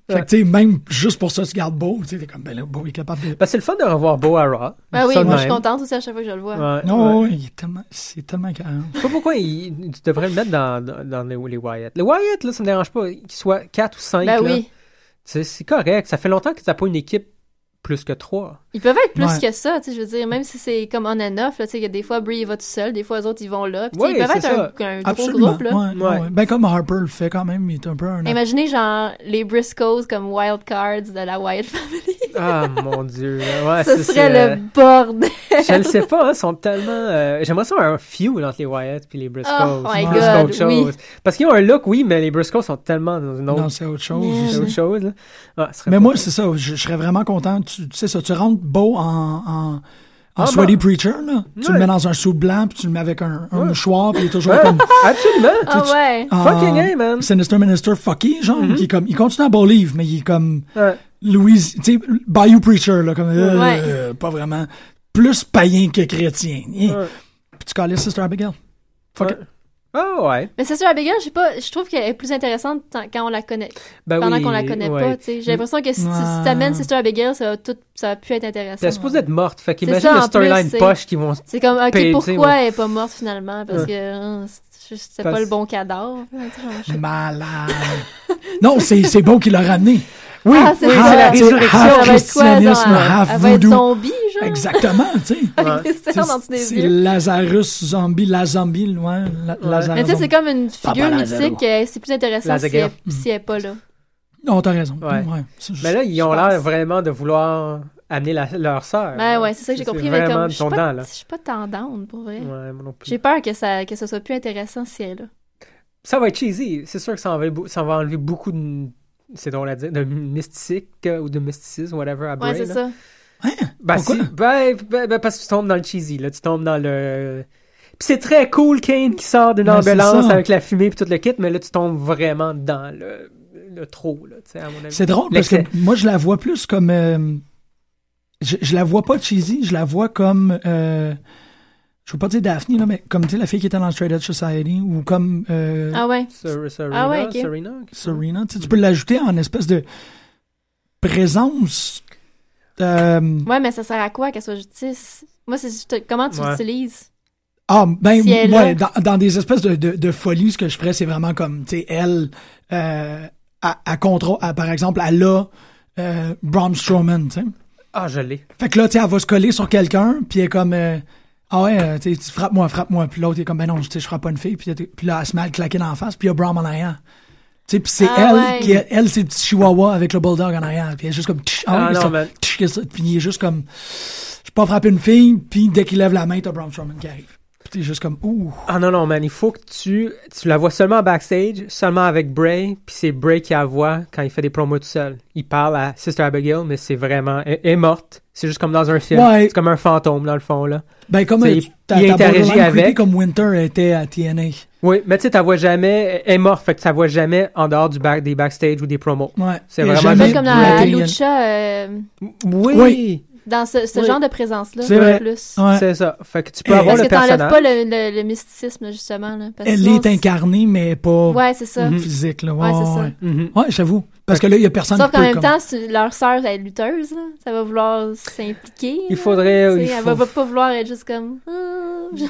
D: Fait que, tu sais, même juste pour ça, tu gardes beau. Tu sais, t'es comme, ben là, beau, est capable de.
E: Parce que c'est le fun de revoir Beau à Raw.
F: Ah oui,
E: Ça de
F: moi je suis
E: même.
F: contente aussi à chaque fois que je le vois.
E: Ouais,
D: Non,
E: ouais.
D: il est tellement, c'est tellement carré.
E: Je sais pas pourquoi il, tu devrais le mettre dans, dans, dans les, les Wyatt. Les Wyatt, là, ça me dérange pas qu'ils soient 4 ou 5.
F: Ben oui.
E: C'est correct. Ça fait longtemps que t'as pas une équipe plus que 3.
F: Ils peuvent être plus
D: Ouais.
F: que ça, tu sais, je veux dire, même si c'est comme on and off, là, tu sais, que des fois, Brie, il va tout seul, des fois, les autres, ils vont là. Puis, tu sais,
E: Ouais,
F: ils peuvent
E: c'est
F: être un, un gros
D: Absolument.
F: groupe, là.
D: Ouais, ouais, ouais. Ben, comme Harper le fait quand même, il est un peu un.
F: Imaginez, genre, les Briscoes comme wild cards de la Wyatt Family.
E: Ah, mon Dieu. Ouais,
F: Ce
E: c'est-
F: serait
E: c'est, euh,
F: le bordel.
E: Je ne sais pas, hein, sont tellement. euh, J'aimerais ça avoir un feud entre les Wyatt puis les Briscoes.
F: Oh my
E: plus
F: God,
E: qu'autre chose. Parce qu'ils ont un look, oui, mais les Briscoes sont tellement dans une autre,
D: Non, c'est autre chose.
F: Mais-
E: ben, c'est autre chose. Là. Ah, ce serait
D: Mais
E: pas-
D: moi, c'est ça, je, je serais vraiment content. Tu, tu sais ça, tu rentres beau en, en, en
E: Ah,
D: sweaty
E: ben-
D: preacher, là. Tu le
E: Ouais.
D: mets dans un sou blanc, puis tu le mets avec un, un
E: Ouais.
D: mouchoir, puis il est toujours
E: Ouais,
D: comme.
E: absolument.
F: Ah ouais.
D: en-
E: Fucking hey, man. Mm-hmm.
D: Sinister Minister fucky, genre, qui est comme, il continue à believe, mais il est comme
E: Ouais.
D: Louise, tu sais, Bayou Preacher, là, comme, euh,
F: Ouais.
D: euh, pas vraiment, plus païen que chrétien. Eh. Puis tu calais Sister Abigail. Fuck it.
E: Ah ouais.
F: Mais c'est sûr, Abigail, je sais pas, je trouve qu'elle est plus intéressante tant- quand on la connaît,
E: Ben
F: pendant
E: oui,
F: qu'on la connaît
E: ouais.
F: pas, tu sais. J'ai l'impression que si, tu- si t'amènes Sister Abigail, ça va tout, ça va plus être intéressant.
E: T'es supposé être morte. Fait qu'imagine
F: ça,
E: le
F: en plus,
E: storyline
F: c'est-
E: poche qui vont.
F: C'est comme, ok,
E: Pay, tu sais,
F: pourquoi
E: ouais.
F: elle est pas morte finalement? Parce que, hein, c'est- c'était pas
E: Parce-
F: le bon cadavre. là, tu sais, genre, je sais pas.
D: Malade. non, c'est c'est beau qu'il l'a ramené.
E: Oui,
F: Ah, c'est
D: oui,
F: ça.
D: c'est la
F: Tu sais,
D: résurrection.
F: ça va être quoi,
D: Christianisme,
F: genre,
D: half
F: Elle va être
D: voodoo.
F: zombie, genre.
D: Exactement, tu sais.
F: Avec des
D: C'est
F: cernes en dessous des
D: c'est
F: yeux.
D: Lazarus zombie, la zombie, loin, la, Lazarus.
F: Mais tu sais, c'est comme une figure
D: Papa
F: mythique, euh, c'est plus intéressant si
E: Lazare.
F: elle, si elle est pas là.
D: Non, t'as raison.
E: Ouais.
D: c'est juste-
E: Mais là, ils
F: Je
E: ont
F: pense.
E: l'air vraiment de vouloir amener la- leur sœur.
F: Ben ouais, c'est ça que j'ai compris, mais
E: vraiment
F: comme,
E: de
F: je suis
E: ton dent,
F: pas,
E: là.
F: je suis pas tant down, pour vrai.
E: Ouais, moi non plus.
F: J'ai peur que ça, que ça soit plus intéressant si elle est là.
E: Ça va être cheesy. C'est sûr que ça, en va, ça va enlever beaucoup de. C'est drôle à dire. De mystique euh, ou de mysticisme, whatever, à Bray.
F: Ouais, c'est
E: là.
F: ça.
E: Ben,
D: Pourquoi?
E: si- ben, ben, ben, parce que tu tombes dans le cheesy, là. Tu tombes dans le. Puis c'est très cool, Kane qui sort d'une
D: Ben, c'est
E: ambulance
D: ça.
E: avec la fumée puis tout le kit, mais là, tu tombes vraiment dans le, le trop, là, tu sais, à mon avis.
D: C'est drôle parce que
E: L'excès.
D: moi, je la vois plus comme. euh, je, je la vois pas cheesy, je la vois comme. euh, je veux pas dire Daphne, là, mais comme tu sais, la fille qui était dans le Straight Edge Society ou comme euh,
F: Ah ouais.
E: Ser- Serena,
F: Ah ouais, ok.
E: Serena.
D: Serena. Tu sais, tu peux l'ajouter en espèce de présence. euh,
F: Ouais, mais ça sert à quoi qu'elle soit justice? Moi, c'est juste comment tu
E: Ouais.
F: l'utilises.
D: Ah, ben,
F: Si elle
D: ouais,
F: a-
D: dans, dans des espèces de, de, de folies, ce que je ferais, c'est vraiment comme, tu sais, elle, euh, à, à contrôle, à- par exemple, elle a euh, Braun Strowman, tu sais.
E: Ah, je l'ai.
D: Fait que là, tu sais, elle va se coller sur quelqu'un, puis elle est comme, euh, ah ouais, euh, tu sais, tu frappes-moi, frappe-moi. Puis l'autre, il est comme, ben non, tu sais, je frappe pas une fille. Puis, elle- puis là, elle se met à le claquer dans la face, puis il y a Braun en arrière. Tu sais, puis c'est
F: Ah
D: elle,
F: ouais.
D: qui est- elle, c'est le petit chihuahua avec le bulldog en arrière. Puis elle est juste comme, tch,
E: Ah
D: ah, oui,
E: non,
D: ça,
E: mais-
D: tch, qu'est-ce que c'est? puis il est juste comme, je peux pas frapper une fille, puis dès qu'il lève la main, t'as Braun Strowman qui arrive. Puis t'es juste comme, ouh.
E: Ah non, non, man, il faut que tu... Tu la vois seulement backstage, seulement avec Bray, puis c'est Bray qui la voit quand il fait des promos tout seul. Il parle à Sister Abigail, mais c'est vraiment... Elle elle est morte. C'est juste comme dans un film.
D: Ouais.
E: C'est comme un fantôme, dans le fond, là.
D: Ben, comme
E: C'est-
D: euh, ta,
E: il
D: ta
E: interagit
D: borderline
E: avec.
D: creepy comme Winter était à TNA.
E: Oui, mais tu sais, t'as vois jamais... Elle est morte, fait que t'as vois jamais en dehors du back, des backstage ou des promos.
D: Ouais.
E: C'est
D: Et
E: vraiment
F: Un
D: jamais
F: peu
E: juste
F: comme dans
D: Ah, la
F: la
D: TNA.
F: Lucha, euh,
E: Oui!
D: Oui.
F: dans ce, ce
E: Oui.
F: genre de présence-là,
D: C'est
F: un peu
D: vrai.
F: plus.
D: Ouais.
E: C'est ça. Fait que tu peux
D: Et-
E: avoir
F: Parce
E: le
F: que t'enlèves
E: personnage.
F: pas le, le- le mysticisme, justement. Là, parce que
D: Elle
F: sinon,
D: est incarnée, Mhm. mais pas
F: c'est- Ouais, c'est ça.
D: physique. Là. Ouais,
F: Mhm. Ouais, c'est ça.
D: ouais.
E: Mhm.
D: Ouais, j'avoue. Parce que là, il y a personne
F: Sauf
D: qui
F: qu'en
D: peut
F: même
D: comme-
F: temps, si leur sœur elle est lutteuse, là, ça va vouloir s'impliquer.
E: Il
F: là,
E: faudrait-
F: tu sais,
E: il
F: Elle
E: faut-
F: va, va pas vouloir être juste comme. Ah, je-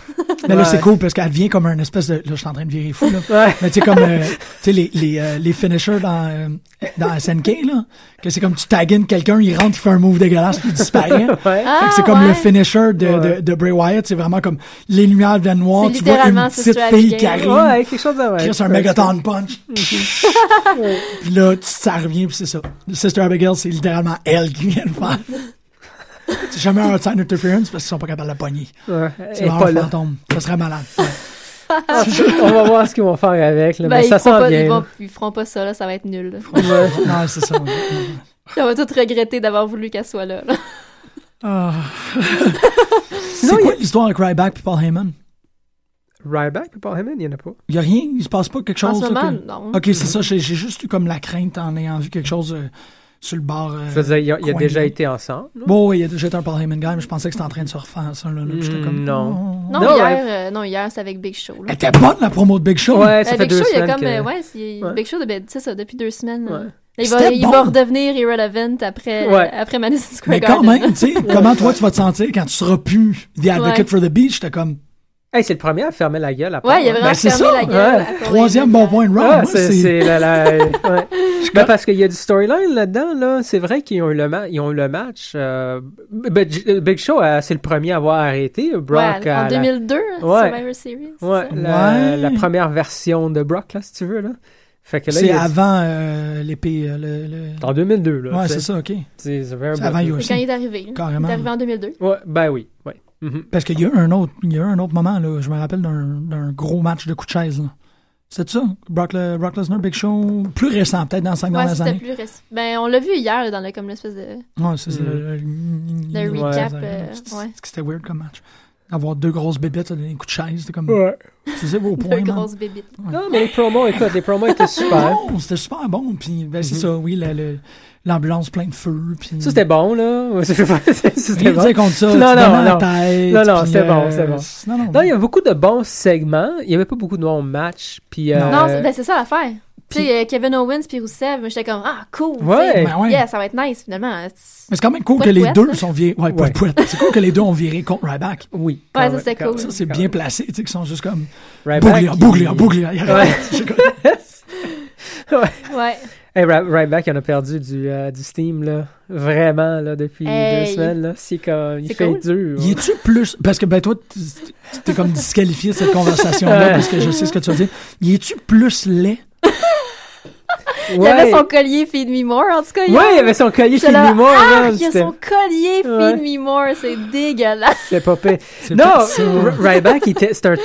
D: Mais là,
E: Ouais.
D: c'est cool parce qu'elle devient comme un espèce de. Là, je suis en train de virer fou. Là.
E: Ouais.
D: Mais tu sais, comme euh, tu sais, les, les, euh, les finishers dans, euh, dans SNK, là, que c'est comme tu taguines quelqu'un, il rentre, il fait un move dégueulasse, puis il disparaît.
E: Ouais.
D: Fait
F: Ah,
D: que c'est comme
F: ouais.
D: le finisher de,
E: Ouais.
D: de, de Bray Wyatt, c'est vraiment comme les lumières deviennent noires,
F: C'est
D: tu vois une
F: littéralement
D: petite
F: Sister
D: fille qui
F: Abigail.
D: arrive,
E: Ouais, Mhm. quelque chose de même.
D: Chris, un megaton punch. puis là, tu- ça revient, puis c'est ça. Sister Abigail, c'est littéralement elle qui vient le faire. C'est jamais un outside interference parce qu'ils sont pas capables de la pogner.
E: Ouais,
D: C'est
E: elle est
D: vraiment
E: pas
D: un
E: là.
D: fantôme. Ça serait malade.
E: On va voir ce qu'ils vont faire avec. Là,
F: Ben,
E: mais
F: ils,
E: ça
F: feront
E: sent
F: pas,
E: bien.
F: ils,
E: là.
F: vont- ils feront pas ça, là, ça va être nul. là.
D: non, c'est ça.
F: On va tout regretter d'avoir voulu qu'elle soit là. là.
D: Ah. c'est quoi l'histoire de Cryback puis Paul Heyman?
E: Ryback puis Paul Heyman, il n'y en a pas.
D: Il a rien? Il se passe pas quelque
F: En
D: chose?
F: ce
D: là,
F: moment,
D: que-
E: Mm.
F: non.
D: Ok, c'est ça. J'ai j'ai juste eu comme la crainte en ayant vu quelque chose euh, sur le bord. euh,
E: Je veux dire, il a, il a
D: coin
E: déjà
D: de-
E: été ensemble. là.
D: Bon, oui, il y a déjà été un Paul Heyman guy, mais je pensais que c'était en train de se refaire, ça. Là, là, puis j'étais comme,
E: Mm, non.
D: oh.
F: Non,
E: Non,
F: hier,
E: ouais.
F: euh, non, hier, c'est avec Big Show. là.
D: Elle était bonne, la promo de Big Show.
E: Ouais, ça
F: Euh,
E: fait
F: Big
E: deux
F: Show, il y a
E: semaines
F: comme.
E: que-
F: euh, ouais, c'est-
E: Ouais.
F: Big Show, de- ben, tu sais ça, depuis deux semaines.
E: Ouais.
F: euh, Il va,
D: C'était
F: il
D: bon.
F: va redevenir irrelevant après,
E: Ouais.
F: après Madison Square
D: Mais quand
F: Garden.
D: même, tu sais, comment toi tu vas te sentir quand tu seras plus The Advocate
F: Ouais.
D: for the Beach? T'es comme
E: Hey, c'est le premier à fermer la gueule après.
F: Ouais, il a
E: hein.
F: vraiment
D: Ben, c'est
F: fermé
D: ça.
F: la gueule.
E: Ouais.
F: à Corey
D: troisième
F: Maguire.
D: bon point de round.
E: Ah,
D: Moi,
E: c'est,
D: c'est-
E: c'est la, la- ouais. Ben, parce qu'il y a du storyline là-dedans, là. C'est vrai qu'ils ont eu le, ma- ils ont eu le match. euh, ben, J- Big Show, euh, c'est le premier à avoir arrêté euh, Brock.
F: Ouais,
E: à
F: en
E: la-
F: 2002,
E: Ouais.
F: hein, Survivor Series. c'est
E: Ouais,
F: ça?
E: la,
D: Ouais.
E: la première version de Brock, là, si tu veux, là. Fait que là, il
D: c'est
E: y a-
D: avant euh, l'épée. euh, le- le-
E: en 2002, là.
D: Ouais,
E: tu sais.
D: c'est ça, ok.
E: C'est ça fait un
D: C'est
E: bout.
D: avant
F: C'est quand il
D: UFC.
F: est arrivé. hein.
D: Carrément.
F: Il est arrivé en 2002.
E: Ouais, ben oui, ouais. Mhm.
D: Parce qu'il y a un autre, il y a un autre moment, là, je me rappelle d'un d'un gros match de coup de chaise. là. C'est ça? Brock, Le- Brock Lesnar, Big Show, plus récent, peut-être dans les cinq
F: Ouais,
D: dernières
F: c'était
D: années.
F: plus récent. Ben, on l'a vu hier là, dans le, comme l'espèce de.
D: Ouais, c'est c'est
E: Mm.
D: le, le-
F: Le recap,
D: c'est-
F: euh,
D: c'est-
F: ouais.
D: C'était weird comme match. Avoir deux grosses bébites, là, des coups de chaise, c'était comme. Tu sais, au point.
F: Deux
D: man.
F: grosses bébites.
E: Non, mais les promos, écoute, les promos étaient super.
D: Non, c'était super bon. Puis, ben, c'est ça, oui, la- le- l'ambulance pleine de feu. Puis,
E: Mhm. Ça, c'était bon, là. c'était
D: Rien
E: bon.
D: dire contre ça.
E: Non,
D: tu
E: non,
D: donnais la
E: non.
D: tête,
E: Non, non,
D: puis,
E: c'était bon,
D: euh,
E: c'était bon.
D: c'est- Non, non.
E: Non, il y avait beaucoup de bons segments. Il n'y avait pas beaucoup de bons matchs. Puis, euh,
F: Non, c'est- ben, c'est ça l'affaire. Tu sais, euh, Kevin Owens puis Rousseff, moi, j'étais comme, ah, cool. tu
E: Ouais.
F: sais.
D: Ben ouais.
F: Yeah, ça va être nice, finalement. Ouais,
D: Mais c'est quand même cool
F: Pas
D: que
F: de
D: les
F: couette,
D: deux
F: là.
D: sont virés. Ouais, pas de couette. C'est cool que les deux ont viré contre Ryback.
E: oui.
F: ça,
E: quand même,
F: c'était
E: quand
F: cool.
E: même,
D: Ça, c'est
E: quand
D: bien
E: même.
D: placé. Tu sais, qu'ils sont juste comme.
E: Ryback,
D: Bouglia,
E: il-
D: bouglia, bouglia. Il arrête. C'est comme-
F: Ouais.
E: Hey, Ry- Ryback, il en a perdu du, euh, du steam, là. Vraiment, là, depuis
F: Hey.
E: deux semaines, là. C'est comme, il
F: C'est
E: fait
F: cool.
E: dur.
D: Y es-tu plus. Parce que, ben, toi, t- t'es comme disqualifié de cette conversation-là,
E: Ouais.
D: parce que je sais ce que tu vas dire. Y es-tu plus laid?
E: Ouais.
F: Il avait son collier Feed Me More, en tout cas.
E: Ouais, il avait son collier
F: J'étais
E: Feed
F: là,
E: Me More, là.
F: Ah, Il y a
E: Ah, c'était-
F: son collier Feed
E: Ouais.
F: Me More, c'est dégueulasse.
E: C'était pas pire.
D: C'est
E: Non,
D: peut-être ça.
E: R- Ryback, il était- c'est un,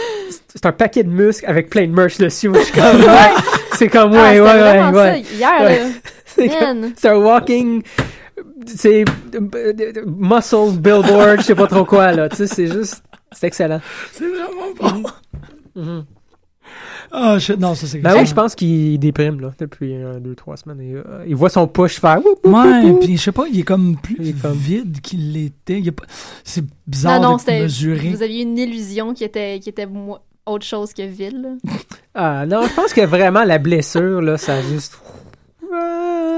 E: c'est un paquet de muscles avec plein de merch dessus. Moi, je suis comme, c'est comme,
F: Ah,
E: ouais,
F: c'était
E: ouais,
F: vraiment
E: ouais, ouais.
F: ça, hier,
E: Ouais.
F: là.
E: C'est
F: Man.
E: comme- c'est un walking, c'est euh, muscle billboard, je sais pas trop quoi, là. Tu sais, c'est juste, c'est excellent.
D: C'est vraiment bon. Ah, shit, non, ça, c'est.
E: Ben oui, je pense qu'il déprime, là, depuis euh, deux, trois semaines. Il, euh, il voit son push faire, woup, woup,
D: Ouais,
E: woup, woup.
D: puis je sais pas, il est comme plus
E: Il est comme-
D: vide qu'il l'était. Il est pas- C'est bizarre
F: Non, non,
D: de
F: c'était.
D: mesurer.
F: Vous aviez une illusion qui était, qui était mo- autre chose que ville. là.
E: Ah, non, je pense que vraiment, la blessure, là, ça a juste...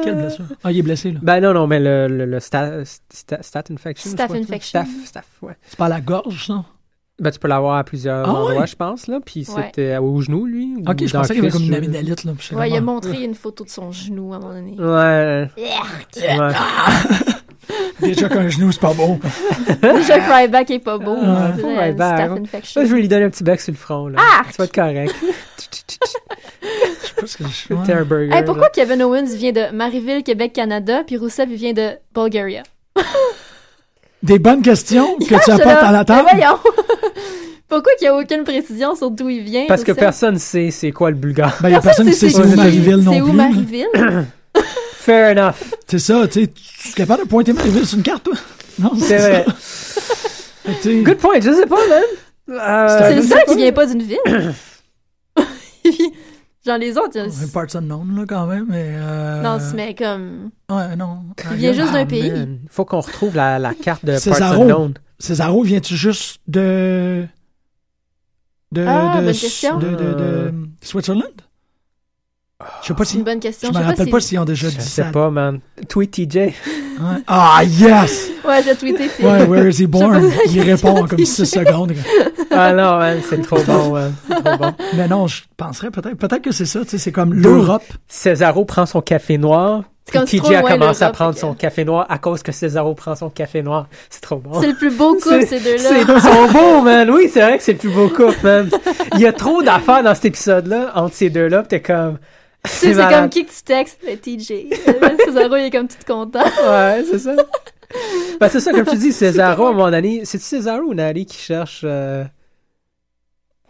D: Quelle blessure. Ah, il est blessé, là.
E: Ben non, non, mais le, le, le sta- sta- stat infection. je
F: Staph
E: crois que-
F: infection.
E: Staph, staph, ouais.
D: C'est pas à la gorge, ça?
E: Ben, tu peux l'avoir à plusieurs
D: Ah
E: endroits,
D: ouais?
E: je pense, là. Puis
F: Ouais.
E: c'était au genou, lui. ou
D: Ok, je
E: dans
D: pensais
E: le
D: qu'il y avait
E: cuisse,
D: comme une
E: je-
D: amygdalite, là. puis j'étais
F: Ouais, il a
D: comme,
F: montré une photo de son genou à un moment donné.
E: Ouais. Ouais.
D: ah, Déjà qu'un genou, c'est pas beau.
F: Déjà, Cryback est pas beau.
D: Ouais.
F: c'est vrai, une
E: Cryback,
F: staph
E: ouais.
F: infection.
E: Là, je vais lui donner un petit bec sur le front, là.
F: Ah!
E: Tu vas être correct.
D: Je sais pas ce que je
E: T'es un burger.
F: Hey, pourquoi
E: là.
F: Kevin Owens vient de Marieville, Québec, Canada, puis Rousseff, il vient de Bulgaria?
D: Des bonnes questions que tu
F: J'étais
D: apportes
F: là,
D: à la table.
F: Ah, mais Ben voyons! Pourquoi qu'il n'y a aucune précision sur d'où il vient?
E: Parce que
F: Rousseff?
E: personne sait c'est quoi le bulgare.
D: Ben, il y a personne qui sait c'est
E: où
D: où Marieville
F: C'est
D: non
F: où
D: plus. là.
F: Marieville?
E: Fair enough.
D: C'est ça, tu sais. Tu es capable de pointer Marieville sur une carte, toi? Non,
E: C'est vrai.
D: ça. Tu sais,
E: Good point, je sais pas, man. Euh,
F: C'est
E: je
F: le
E: sais
F: seul
E: pas.
F: qui vient pas d'une ville. Il vient- Genre les autres, il y
D: un
F: a-
D: parts unknown, là, quand même, mais... euh,
F: non, mais comme...
D: Ouais, non.
F: Il vient juste
D: Ah,
F: d'un pays.
E: Man, Faut qu'on retrouve la, la carte de
D: C'est
E: Parts
D: Zaro.
E: Unknown.
D: Césaro, viens-tu juste de. de.
F: Ah,
D: de,
F: bonne question.
D: de, de, de-
E: Euh.
D: Switzerland Je sais pas
F: C'est
D: si.
F: une bonne question.
D: Je me
F: Ah. sais
D: rappelle
F: si-
D: pas s'ils ont déjà
E: Je
D: dit
E: sais
D: ça.
E: pas, man. Tweet TJ.
D: Ouais. Ah, yes
F: Ouais, j'ai tweeté. c'est-
D: Ouais, where is he born
F: Je sais pas si
D: Il
F: ils ont
D: répond en comme
F: dit
D: 6
F: ça.
D: secondes.
E: Ah non, man, c'est trop bon, man. C'est trop bon.
D: Mais non, je penserais peut-être. Peut-être que c'est ça, tu sais, c'est comme l'Europe.
E: Cesaro prend son café noir.
F: C'est comme
E: puis
F: trop
E: TJ a
F: loin,
E: commencé à
F: l'Europe,
E: prendre
F: fait
E: son
F: que-
E: café noir à cause que Cesaro prend son café noir. C'est trop bon.
F: C'est le plus beau couple,
E: C'est-
F: ces deux-là.
E: C'est ils sont beaux, man. Oui, c'est vrai que c'est le plus beau couple, man. Il y a trop d'affaires dans cet épisode-là, entre ces deux-là, pis t'es comme.
F: Tu sais, C'est
E: malade.
F: comme qui que tu textes, le TJ. Césaro, il est comme tout content.
E: Ouais, c'est ça. ben, c'est ça, comme tu dis, Cesaro, à un moment donné. C'est-tu Cesaro ou Nari qui cherche. euh,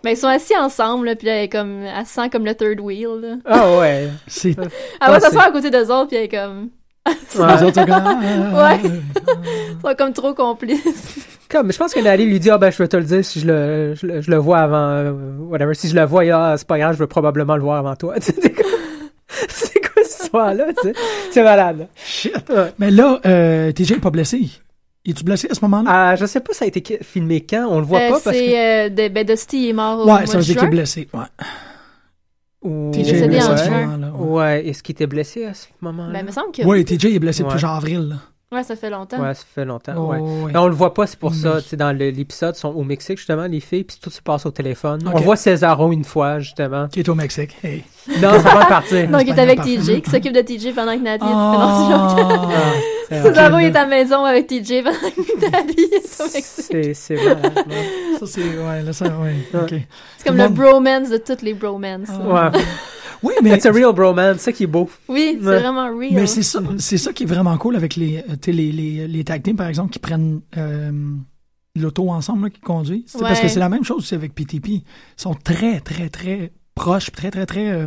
F: Mais ils sont assis ensemble, là, puis là, elle, est comme, elle se sent comme le third wheel. Là.
E: Ah ouais.
D: C'est.
F: Elle va
E: Ah,
F: s'asseoir à côté d'eux autres, puis elle est comme...
E: Ouais.
D: Les autres sont comme, ah,
F: Ouais. Ils sont comme trop complices.
E: Comme, je pense que Nari lui dit, ah ben, je vais te le dire si je le, je le, je le vois avant, euh, whatever. Si je le vois, ah, c'est pas grave, je vais probablement le voir avant toi. Tu sais, t'es comme- c'est quoi cette histoire-là, tu sais? C'est malade.
D: Shit.
E: Ouais.
D: Mais là, euh, TJ est pas blessé. Es-tu blessé à ce moment-là
E: Ah, je sais pas, ça a été qui- filmé quand, on le voit
F: Euh,
E: pas parce
F: c'est...
E: que.
F: euh, de, ben, Dusty est mort au mois
D: Ouais, ça veut
F: de
D: dire qu'il est
F: juin.
D: blessé. Ouais.
E: Ou-
D: TJ est
F: Décédé
D: blessé
F: en
D: en ce
F: juin.
D: moment. là, ouais.
E: Ouais, est-ce qu'il était blessé à ce moment-là?
F: Ben, il me semble que.
D: Ouais, TJ est blessé depuis
E: Ouais.
D: genre avril. là.
F: Ouais, ça fait longtemps.
E: Ouais, ça fait longtemps.
D: Oh,
E: ouais.
D: ouais.
E: Mais on le voit pas, c'est pour ça.
D: Mais-
E: Tu sais, dans le- l'épisode, ils sont au Mexique, justement, les filles, puis tout se passe au téléphone. On
D: Ok.
E: voit Césaro une fois, justement.
D: Qui est au Mexique. Hey.
E: Non, avant de partir.
F: Donc, il est
D: Espagnol,
F: avec
D: parfait.
F: TJ, qui s'occupe de TJ pendant que Nathalie est pendant
D: Ah.
E: C'est
F: que Césaro
D: ok.
F: est à la maison avec TJ pendant que Nathalie est au Mexique.
E: C'est c'est malade, ouais.
D: ça, c'est. Ouais, là, ça, ouais. OK.
F: C'est comme
D: Tout le
F: le bromance de toutes les bromances.
E: Ouais.
D: Oui, mais.
E: It's a real bromance, c'est ça qui est beau.
F: Oui, c'est
E: Ouais.
F: vraiment real.
D: Mais c'est ça, c'est ça qui est vraiment cool avec les, euh, tu sais, les, les, les tag teams, par exemple, qui prennent euh, l'auto ensemble, là, qui conduisent. Tu sais, Parce que
F: Ouais.
D: c'est la même chose aussi avec PTP. Ils sont très, très, très proches, puis très, très, très euh,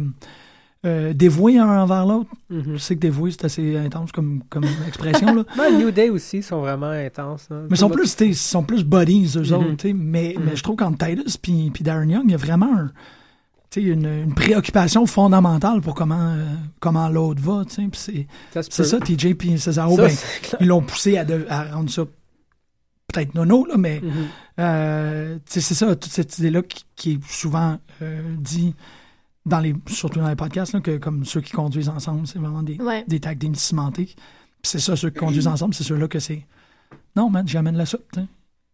D: euh, dévoués un envers l'autre. Je sais que dévoué, c'est assez intense comme, comme expression, là.
E: Ouais, New Day aussi sont vraiment intenses. hein.
D: Mais ils
E: Tout
D: sont
E: le-
D: plus, tu sais, ils sont plus buddies, eux autres,
E: Mhm.
D: tu sais. Mais, mais je trouve qu'entre Titus puis puis Darren Young, il y a vraiment un- tu sais, une, une préoccupation fondamentale pour comment, euh, comment l'autre va, tu sais. Puis c'est-
E: se
D: C'est ça,
E: peut.
D: TJ puis Cesaro,
E: Ça,
D: ben,
E: c'est clair.
D: ils l'ont poussé à, de- à rendre ça peut-être nono, là, mais
E: Mhm.
D: euh, tu sais, c'est ça, toute cette idée-là qui, qui est souvent euh, dit dans les, surtout dans les podcasts, là, que comme ceux qui conduisent ensemble, c'est vraiment des,
F: Ouais.
D: des tag teams cimentés. Puis c'est ça, ceux qui
E: Mm.
D: conduisent ensemble, c'est ceux-là que c'est. Non, man, j'amène la soupe, tu sais.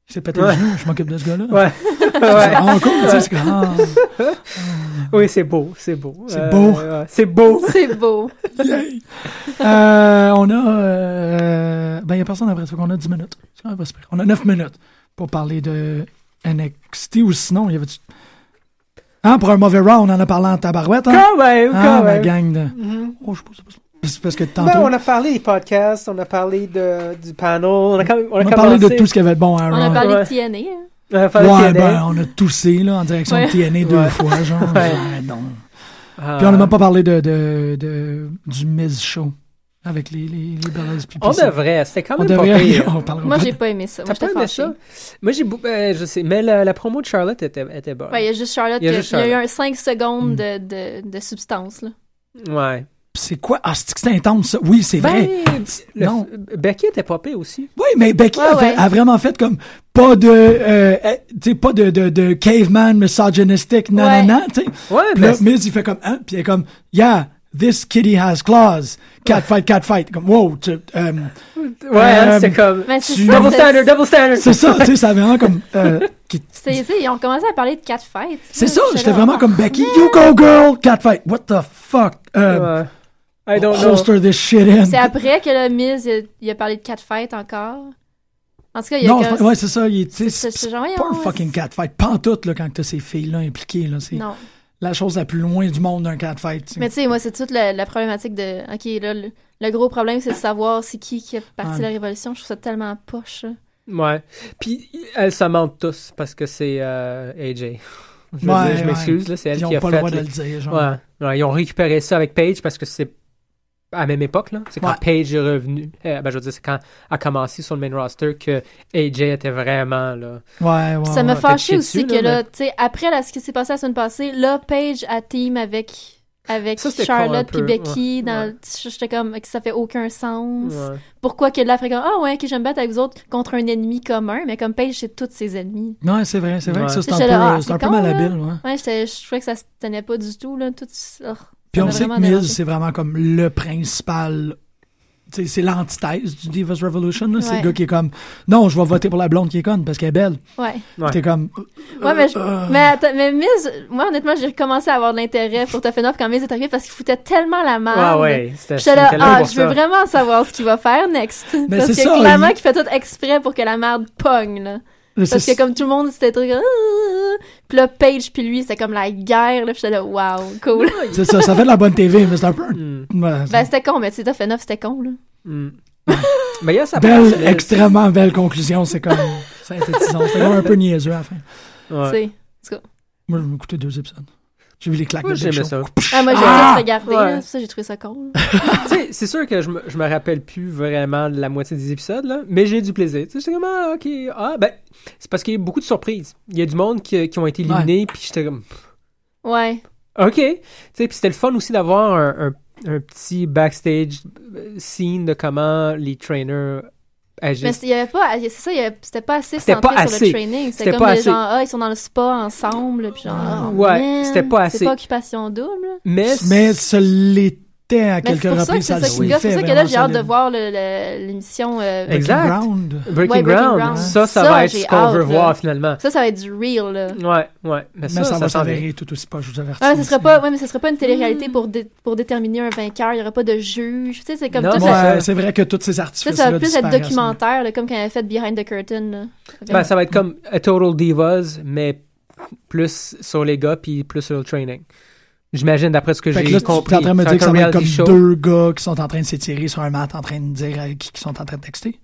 D: C'est pété le
E: Ouais.
D: genou, je m'occupe de ce gars-là.
E: Ouais.
D: C'est
E: Ouais.
D: vraiment cool, tu sais, c'est comme, ah,
E: Oui, c'est beau, c'est beau.
D: C'est
E: Euh,
D: beau.
E: ouais, c'est beau.
F: C'est beau.
D: yay. Euh, on a. euh, ben, il n'y a personne après ça, qu'on a 10 minutes. Ça va pas se faire. On a 9 minutes pour parler de NXT ou sinon, il y avait. Hein, pour un mauvais round, on en a parlé en tabarouette, hein?
E: Quand même,
D: Ah,
E: quand
D: ma
E: même.
D: gang de.
E: Mhm.
D: Oh, je sais pas, c'est pas- c'est parce que tantôt.
E: Ben,
D: on
E: on
D: a,
E: a parlé des podcasts, on a parlé de, du panel, on a quand même. On a,
D: parlé de
E: commencé-
D: tout ce qu'il y avait de bon à
F: On
D: Raw.
F: a parlé
E: Ouais.
F: de TNA. hein.
E: On a parlé de
D: Ouais,
E: TNA.
D: ben, on a toussé, là, en direction
F: Ouais.
D: de TNA deux
E: Ouais.
D: fois, genre.
E: Ouais.
D: Ouais, non.
E: Ah.
D: Puis on n'a même pas parlé de, de, de, du Miz Show avec les, les, les Bellas. puis-
E: On
D: puis ça.
E: devrait, Oh, ben c'était quand
D: On
E: même pas
D: devrait.
E: pire.
D: On parlera
F: Moi,
D: pas
F: j'ai pas aimé ça. Moi,
E: T'as pas
F: j'étais
E: aimé
F: fâchée.
E: ça? Moi, j'ai beaucoup. euh, je sais, mais la, la promo de Charlotte était, était bonne.
F: Ouais, il y a juste Charlotte.
E: Il y a
F: que-
E: juste
F: Il y a eu
E: Charlotte.
F: un 5 secondes de,
D: Mm.
F: de, de substance. Là.
E: Ouais.
D: C'est quoi? Ah, c'est que c'est intense, ça. Oui, c'est
E: Ben,
D: vrai.
E: le-
D: Non.
E: Becky était popée aussi.
D: Oui, mais Becky
F: Ouais,
D: a, fait-
F: ouais.
D: a vraiment fait comme pas de, euh, euh, tu sais, pas de, de, de caveman misogynistique, non,
F: Ouais.
D: non, non, tu sais.
E: Ouais,
D: Puis
E: mais
D: là,
E: c'est-
D: Miz, il fait comme, hein? Puis il est comme, yeah, this kitty has claws. Cat fight, cat fight. Comme, wow, tu, euh,
E: Ouais, hein,
D: Euh,
E: c'était comme.
F: Mais c'est
D: Tu-
F: ça,
E: Double
F: c'est-
E: standard, double standard!
D: c'est ça, tu sais, ça avait vraiment comme, euh, qui-
F: c'est- c'est- Ils ont commencé à parler de catfight.
D: c'est
F: Là,
D: ça,
F: j'étais
D: j'étais
F: là,
D: vraiment
F: oh.
D: comme Becky, you go girl, cat fight. What the fuck? Euh,
E: Ouais. I don't know.
D: holster this shit in.
F: C'est après que le Miz, il a, il a parlé de catfight encore. En tout cas, il y a
D: Non,
F: comme-
D: je- ouais, c'est ça, il est, tu sais,
F: c'est-
D: c'est
F: c'est
D: c'est
F: genre,
D: pas un
F: voyons,
D: fucking
F: c'est-
D: cat fight. Pantoute, là, quand t'as ces filles-là impliquées, là. C'est
F: Non.
D: la chose la plus loin du monde d'un cat fight. tu sais.
F: Mais tu sais, moi, c'est toute la, la problématique de. Ok, là, le, le gros problème, c'est de savoir c'est qui qui a parti
D: Ouais.
F: de la révolution. Je trouve ça tellement poche. là.
E: Ouais. Puis, elles se mentent tous parce que c'est euh, AJ. Je, veux
D: Ouais,
E: dire, je
D: ouais.
E: m'excuse, là, c'est elle
D: Ils
E: qui
D: ont
E: a
D: pas
E: fait.
D: le droit de
E: les-
D: le dire, genre.
E: Ouais. Ouais, ils ont récupéré ça avec Paige parce que c'est à la même époque, là. C'est quand
D: Ouais.
E: Paige est revenue. euh, ben, je veux dire, c'est quand a commencé sur le main roster que AJ était vraiment, là.
D: Ouais, ouais,
F: Puis ça
D: ouais.
E: peut-être
F: me
E: chier
F: fâchait aussi
E: dessus,
F: que
E: là,
F: là, tu sais, après là, ce qui s'est passé la semaine passée, là, Paige a team avec. Avec
E: Ça, c'était con un
F: Charlotte puis
E: peu,
F: Becky,
E: ouais,
F: dans,
E: ouais.
F: j'étais comme que ça fait aucun sens.
E: Ouais.
F: Pourquoi que là, ferait comme ah ouais, que j'aime battre avec vous autres contre un ennemi commun, mais comme Paige, c'est tous ses ennemis.
D: Ouais, c'est vrai, c'est vrai que ça,
E: Ouais.
D: c'est un
F: J'étais
D: peu,
F: là, ah,
D: c'est un
F: c'est
D: peu
F: con,
D: malhabile, ouais.
F: Ouais, j'étais- je trouvais que ça se tenait pas du tout, là. Tout... oh,
D: Puis
F: ça
D: on
F: m'a
D: sait
F: vraiment
D: que Miz,
F: dérangé.
D: c'est vraiment comme le principal. tu sais, C'est l'antithèse du Divas Revolution. là. C'est le
F: Ouais.
D: gars qui est comme Non, je vais voter pour la blonde qui est conne parce qu'elle est belle.
F: Ouais.
E: Ouais.
D: T'es comme
F: Ouais, mais, je-
D: euh.
F: mais, attends, mais Miz, moi, honnêtement, j'ai recommencé à avoir de l'intérêt pour Toffenov quand Miz est arrivé parce qu'il foutait tellement la merde.
E: Ah Ouais, ouais. C'était
F: J'étais
E: c'était
F: là,
E: là
F: ah,
E: pour
F: je veux
E: ça.
F: vraiment savoir ce qu'il va faire next.
D: Mais
F: parce que
D: Ben, c'est ça,
F: clairement,
D: il-
F: qu'il fait tout exprès pour que la merde pogne, là. Parce que
D: c'est-
F: comme tout le monde, c'était truc. Puis là, Paige, puis lui, c'est comme la guerre, là. Puis j'étais là, wow, cool.
D: c'est ça, ça fait de la bonne TV, mais c'est un peu. un-
E: Mm,
D: ouais,
F: ben, c'était con, mais tu sais, Toffenov, c'était con, là.
E: mm. Mais il y a sa place,
D: belle,
E: là.
D: extrêmement belle conclusion. C'est comme synthétisant. C'est comme un peu niaiseux à la fin.
E: Ouais.
F: Tu sais.
D: Moi, je vais écouter deux épisodes. J'ai vu les claques
E: Moi,
D: de Big
E: j'aimais
D: Show.
E: ça.
F: Ah, moi, j'ai
E: Ah!
F: tout regardé, là.
E: Ouais.
F: C'est pour ça, que j'ai trouvé ça con, là.
E: Tu sais, c'est sûr que je me, je me rappelle plus vraiment de la moitié des épisodes, là, mais j'ai eu du plaisir. Tu sais, j'étais comme, ah, ok, ah, ben, c'est parce qu'il y a eu beaucoup de surprises. Il y a du monde qui, qui ont été éliminés, puis j'étais comme,
F: Ouais.
E: ok. Tu sais, puis c'était le fun aussi d'avoir un, un- un petit backstage euh, scene de comment les trainers Hey, j'ai-
F: Mais il y avait pas, c'est ça, il y avait- c'était pas assez
E: C'était
F: centré
E: pas
F: sur
E: assez.
F: le training. C'était
E: C'était
F: comme
E: pas
F: les
E: assez.
F: gens, ah, ils sont dans le spa ensemble, puis genre, ah,
E: Ouais,
F: man,
E: c'était pas assez.
F: C'est pas occupation double. là.
E: mais
D: Mais ce l'était à
F: Mais c'est
D: quelques
F: pour ça que
D: reprises.
F: c'est ça
D: le
F: qui me gosse.
D: fait
F: C'est
D: ben,
F: pour ça que là,
D: vraiment
F: j'ai hâte de
D: solide.
F: voir le- le- l'émission. euh,
D: Breaking
E: Exact.
D: Ground.
E: Breaking,
F: Ouais, Breaking
E: Ground,
F: Ground.
E: ça, ça,
F: Ça,
E: va être ce
F: j'ai
E: qu'on
F: hâte,
E: veut
F: là.
E: voir finalement.
F: Ça, ça va être du real, là.
D: Mm.
E: Ouais, ouais. Mais,
D: Mais ça,
E: ça, ça,
D: va
E: s'en vient.
D: s'avérer tout aussi pas, je vous avertis.
F: Ah, ce serait
D: Mm.
F: pas, ouais, mais ce serait pas une télé-réalité
E: Mm.
F: pour, dé- pour déterminer un vainqueur. Il n'y aurait pas de juge. Tu sais, c'est comme
E: Non,
F: tout
E: mais
F: le-
E: Ah, ça-
D: Ouais, c'est vrai que toutes ces
F: Ça,
D: artifices
F: ça va plus être documentaire, là, comme quand elle a fait Behind the Curtain. là. Avec-
E: Ben, ça va être comme A Total Divas, mais plus sur les gars, puis plus sur le training. J'imagine, d'après ce que
D: Fait
E: j'ai
D: que là, tu es en train
E: compris.
D: de me
E: c'est
D: dire que ça
E: un
D: va être comme
E: reality show.
D: deux gars qui sont en train de s'étirer sur un mat, en train de dire euh, qui, qui sont en train de texter.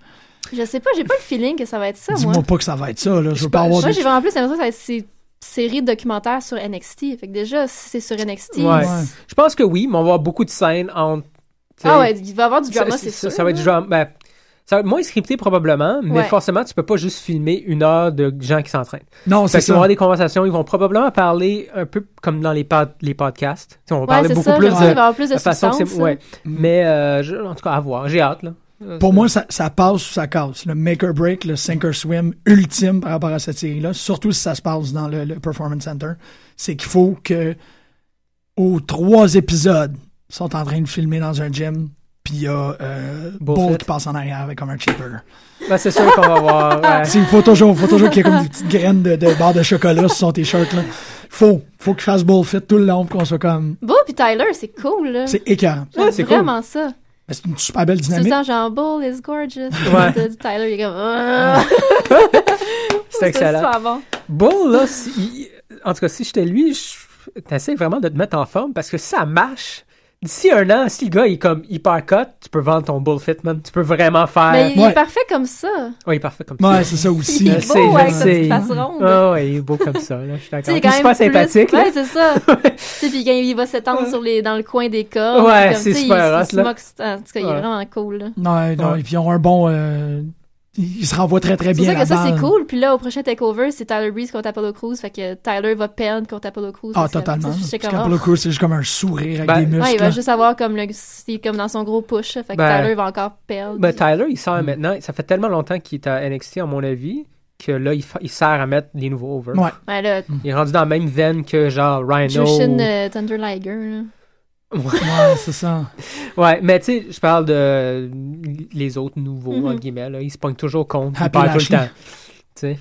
F: Ah, Je sais pas, j'ai pas le feeling que ça va être ça, moi.
D: Dis-moi pas que ça va être ça, là. Je
E: Bah,
D: veux pas avoir
F: Moi,
D: de...
F: j'ai vraiment plus l'impression Bah, que ça va être ces séries documentaires sur NXT. Fait que déjà, si c'est sur NXT.
E: Ouais.
D: Ouais.
E: Je pense que oui, mais on va avoir beaucoup de scènes entre. tu sais,
F: Ah ouais, il va y avoir du drama,
E: ça,
F: c'est
E: ça-
F: sûr.
E: ça va être du
F: là.
E: drama. Ben, ça va être moins scripté probablement, mais
F: Ouais.
E: forcément, tu peux pas juste filmer une heure de gens qui s'entraînent.
D: Non,
E: Fait
D: c'est
E: qu'ils
D: ça.
E: vont avoir des conversations, ils vont probablement parler un peu comme dans les, pod- les podcasts. Tu sais, on va
F: Ouais,
E: parler
F: c'est
E: beaucoup
F: ça,
E: plus
F: j'ai l'impression qu'il va y
E: de
F: avoir plus de
E: la façon que
F: substance. Mm.
E: c'est. Ouais. Mais euh, je- en tout cas, à voir. J'ai hâte. Là.
D: Pour moi, ça, ça passe ou ça casse. Le make or break, le sink or swim ultime par rapport à cette série-là, surtout si ça se passe dans le, le Performance Center, c'est qu'il faut que aux trois épisodes ils sont en train de filmer dans un gym, puis il y a euh,
E: Bullshit.
D: Bolt qui passe en arrière avec comme un cheaper.
E: Ben, c'est sûr qu'on va voir. ouais.
D: Il faut toujours, faut toujours qu'il y ait comme des petites graines de, de barres de chocolat sur son t-shirt. là. Faut, faut qu'il fasse bullfit tout le long pour qu'on soit comme...
F: Beau, puis Tyler, c'est cool, là.
D: C'est écœurant.
F: J'aime
E: Ouais, c'est cool.
F: vraiment ça.
D: Mais C'est une super belle
F: Tout le
D: dynamique.
F: temps, genre, Bull is gorgeous.
E: Ouais.
F: Puis Tyler, il est comme. Ah.
E: C'est
F: C'est
E: excellent.
F: super bon.
E: Bull, là, si- il- en tout cas, si j'étais lui, je- t'essaies vraiment de te mettre en forme parce que ça marche. D'ici un an, si le gars est comme hyper cut, tu peux vendre ton Bull Fitman. Tu peux vraiment faire.
F: Mais il
D: Ouais.
F: est parfait comme ça.
E: Oui, il est parfait comme ça.
D: Ouais, c'est ça aussi.
F: Il
E: Je
F: est
E: sais,
F: beau
E: je
F: avec sa
E: sais.
F: petite face ronde.
E: Ah ouais, il est beau comme ça, là, je suis d'accord.
F: C'est
E: Puis
F: quand
E: Il
F: même
E: est super
F: plus-
E: sympathique. là.
F: Ouais, c'est ça. Tu sais, puis quand il va s'étendre sur les, dans le coin des corps.
E: Ouais,
F: puis comme,
E: c'est
F: tu sais,
E: super
F: il-
E: hot,
F: il se
E: là.
F: moque- En tout cas, il est
E: Ouais.
F: vraiment cool, là.
D: Non, non,
E: Ouais.
D: et puis ils ont un bon. euh, ils se renvoient très très
F: C'est
D: bien.
F: pour ça que
D: la
F: ça, c'est
D: balle.
F: cool. Puis là, au prochain takeover, c'est Tyler Breeze contre Apollo Crews. Fait que Tyler va perdre contre Apollo Crews.
D: Ah,
F: Fait que ça-
D: totalement.
F: ça, j'étais
D: Parce
F: comme,
D: qu'en
F: oh.
D: pour le coup, c'est juste comme un sourire avec
E: Ben,
D: des muscles.
F: Ouais, il va
D: là.
F: juste avoir comme le, c'est comme dans son gros push. Fait que
E: Ben,
F: Tyler va encore perdre.
E: Mais Ben, Tyler, il sert maintenant. Ça fait tellement longtemps qu'il est à NXT, à mon avis, que là, il, fa- il sert à mettre les nouveaux over.
D: Ouais.
F: Ouais, là,
E: Il est rendu dans la même veine que genre Rhino.
F: Jushin euh, Thunder Liger, là.
D: Ouais, c'est ça.
E: Ouais, mais tu sais, je parle de euh, les autres nouveaux,
F: Mhm.
E: entre guillemets. Là. Ils se pognent toujours contre. Ils
D: Happy
E: perdent tout
D: Lashley.
E: le temps. Tu sais.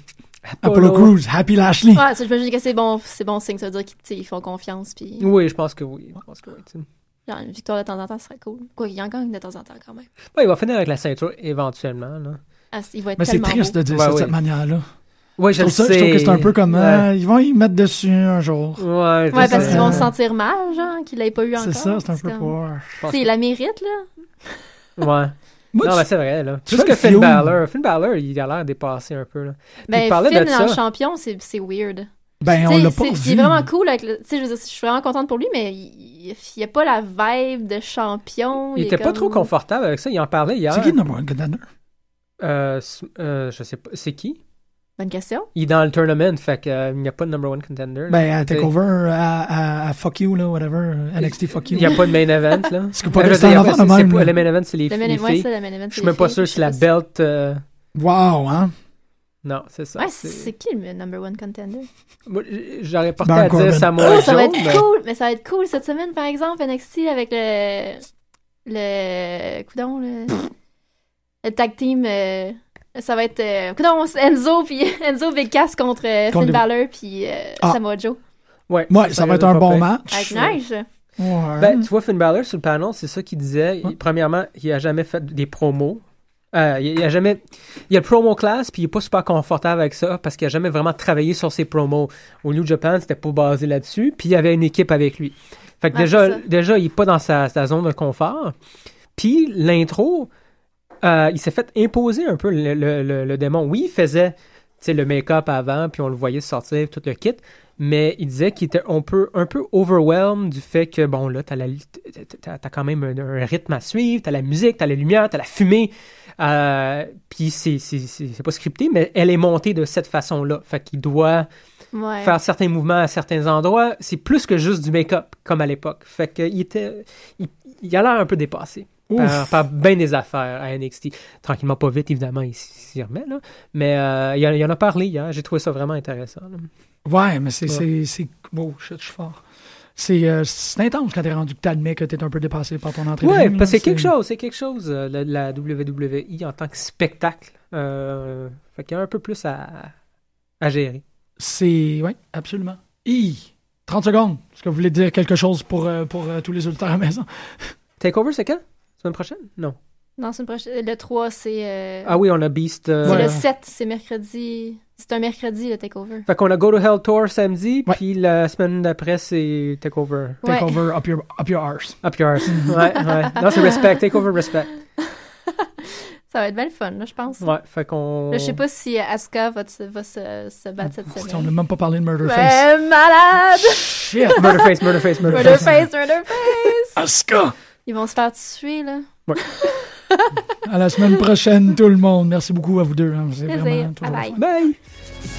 D: Apollo Crews, Happy Lashley.
F: Ouais, ça, j'imagine que c'est bon, c'est bon signe. Ça veut dire qu'ils tu sais, ils font confiance. Puis,
E: Oui, je pense que oui. Je pense que oui tu sais.
F: genre, une victoire de temps en temps, ce serait cool. Quoi, il y en gagne de temps en temps quand même.
E: Ouais, il va finir avec la ceinture éventuellement. Là.
F: Ah, c- il va être
D: Mais c'est
F: tellement
D: triste
F: beau.
D: de dire
E: Ouais,
D: ça de
E: oui.
D: cette manière-là.
E: Ouais, je,
D: Je trouve, ça,
E: le sais.
D: je trouve que c'est un peu comme.
E: Ouais,
D: euh, ils vont y mettre dessus un jour.
E: ouais, je
F: Ouais,
E: sais.
F: parce qu'ils
D: Euh,
F: vont se sentir mal, genre, qu'il l'ait pas eu encore.
D: C'est ça, c'est un peu
F: comme-
D: pour.
E: Je
F: Tu
E: pense
F: sais, il la mérite, là.
E: Ouais.
D: Moi,
E: non,
D: tu-
E: mais c'est vrai, là.
D: tu
E: Plus
D: fais
E: que
D: le
E: Finn
D: fion.
E: Balor. Finn Balor, il a l'air dépassé un peu, là.
F: Mais
E: parlais
F: Ben, Finn
E: de
F: en
E: ça.
F: champion, c'est c'est weird.
D: Ben, on
F: Tu
D: l'a
F: sais,
D: pas
F: c'est
D: vu.
F: c'est vraiment cool. Avec le- tu sais, je, veux dire, je suis vraiment contente pour lui, mais il n'y a pas la vibe de champion.
E: Il
F: est
E: était pas
F: comme-
E: trop confortable avec ça. Il en parlait hier.
D: C'est qui le number one contender?
E: Euh, s- euh, je sais pas. C'est qui?
F: Bonne question.
E: Il est dans le tournament, fait qu'il n'y a pas de number one contender. là.
D: Ben, à
E: C'est-
D: TakeOver, à, à- à Fuck You, là, whatever. NXT Fuck
E: Il
D: You.
E: n'y a pas de main event, là.
D: Parce que pas
E: Ben, je
D: rester
E: veux
D: en
E: dire,
D: avant de
E: c'est- c'est
D: même.
E: pas-
D: là.
E: Le main event, c'est les,
F: Le
E: les
F: main, ouais,
E: filles.
F: c'est la main event.
E: je suis même pas sûr si la
F: belle
E: belt... euh,
D: Wow, hein?
E: Non, c'est ça.
F: Ouais,
E: c'est-
F: c'est c'est qui le number one contender?
E: Moi, j- J'aurais porté
D: Ben
E: à dire
D: Corbin.
E: Samoa
F: Oh,
E: Joe,
F: ça va être
E: mais-
F: cool! Mais ça va être cool cette semaine, par exemple, NXT avec le. Le. Coudon, le. Le tag team. euh, Ça va être. euh, Coudon, Enzo, puis Enzo Vegas contre euh,
D: Contre
F: Finn
D: les-
F: Balor, puis euh,
D: Ah.
F: Samoa Joe.
E: Ouais,
D: Ouais, ça va être un
E: pas
D: bon
E: pire.
D: match.
F: Avec Neige.
D: Ouais.
E: Ben, tu vois, Finn Balor sur le panel, c'est ça qu'il disait. Il-
D: Ouais.
E: premièrement, il a jamais fait des promos. Euh, il, il a jamais. Il a le promo class, puis il est pas super confortable avec ça parce qu'il a jamais vraiment travaillé sur ses promos. Au New Japan, c'était pas basé là-dessus, puis il y avait une équipe avec lui. Fait que
F: Ouais, c'est
E: déjà,
F: ça.
E: déjà, il est pas dans sa, sa zone de confort. Puis l'intro, euh, il s'est fait imposer un peu le, le- le- le démon. Oui, il faisait tu sais, le make-up avant, puis on le voyait sortir, tout le kit. Mais il disait qu'il était un peu, un peu overwhelmed du fait que, bon, là, t'as, la, t'as, t'as quand même un, un rythme à suivre, t'as la musique, t'as la lumière, t'as la fumée. Euh, puis c'est, c'est, c'est, c'est pas scripté, mais elle est montée de cette façon-là. Fait qu'il doit
F: Ouais.
E: faire certains mouvements à certains endroits. C'est plus que juste du make-up, comme à l'époque. Fait qu'il était, il, il a l'air un peu dépassé. par, par bien des affaires à NXT. Tranquillement, pas vite, évidemment, il s- s'y remet, là. Mais euh, il y en- il y en a parlé hier. J'ai trouvé ça vraiment intéressant. là.
D: Ouais, mais c'est. c'est-
E: Ouais.
D: c'est- Wow, shit, je suis fort. C'est euh, c'est intense quand t'es rendu que t'admets que t'es un peu dépassé par ton entrée. de
E: Ouais,
D: ring,
E: parce que
D: là,
E: c'est quelque chose, c'est quelque chose, euh, la, la WWE en tant que spectacle. Euh, fait qu'il y a un peu plus à, à gérer.
D: C'est. Oui, absolument. Hi! 30 secondes. Est-ce que vous voulez dire quelque chose pour, euh, pour euh, tous les auditeurs à la maison?
E: Takeover, c'est quand Semaine prochaine Non.
F: Non, c'est une prochaine- le 3, c'est. euh,
E: Ah oui, on a Beast. euh,
F: c'est
D: ouais.
F: le 7, c'est mercredi. C'est un mercredi, le takeover.
E: Fait qu'on a Go to Hell Tour samedi,
D: Ouais.
E: puis la semaine d'après, c'est Takeover.
F: Ouais.
D: Takeover up your, up your arse.
E: Up yours. ouais, ouais. Non, c'est Respect. Takeover Respect.
F: Ça va être bien le fun, là, je pense.
E: Ouais, fait qu'on.
F: Là, je sais pas si Asuka va, se- va se, se battre cette
D: Putain, On n'a
F: semaine.
D: même pas parlé de Murder Face.
F: Ouais, malade!
D: Shit!
E: Murderface, Murderface, Murderface.
F: Murderface, Murderface!
D: Asuka!
F: Ils vont se faire tuer, là.
D: À la semaine prochaine, tout le monde. Merci beaucoup à vous deux. hein. Vous êtes
F: Plaisir.
D: vraiment
F: Bye
D: toujours-
F: bye.
E: Bye!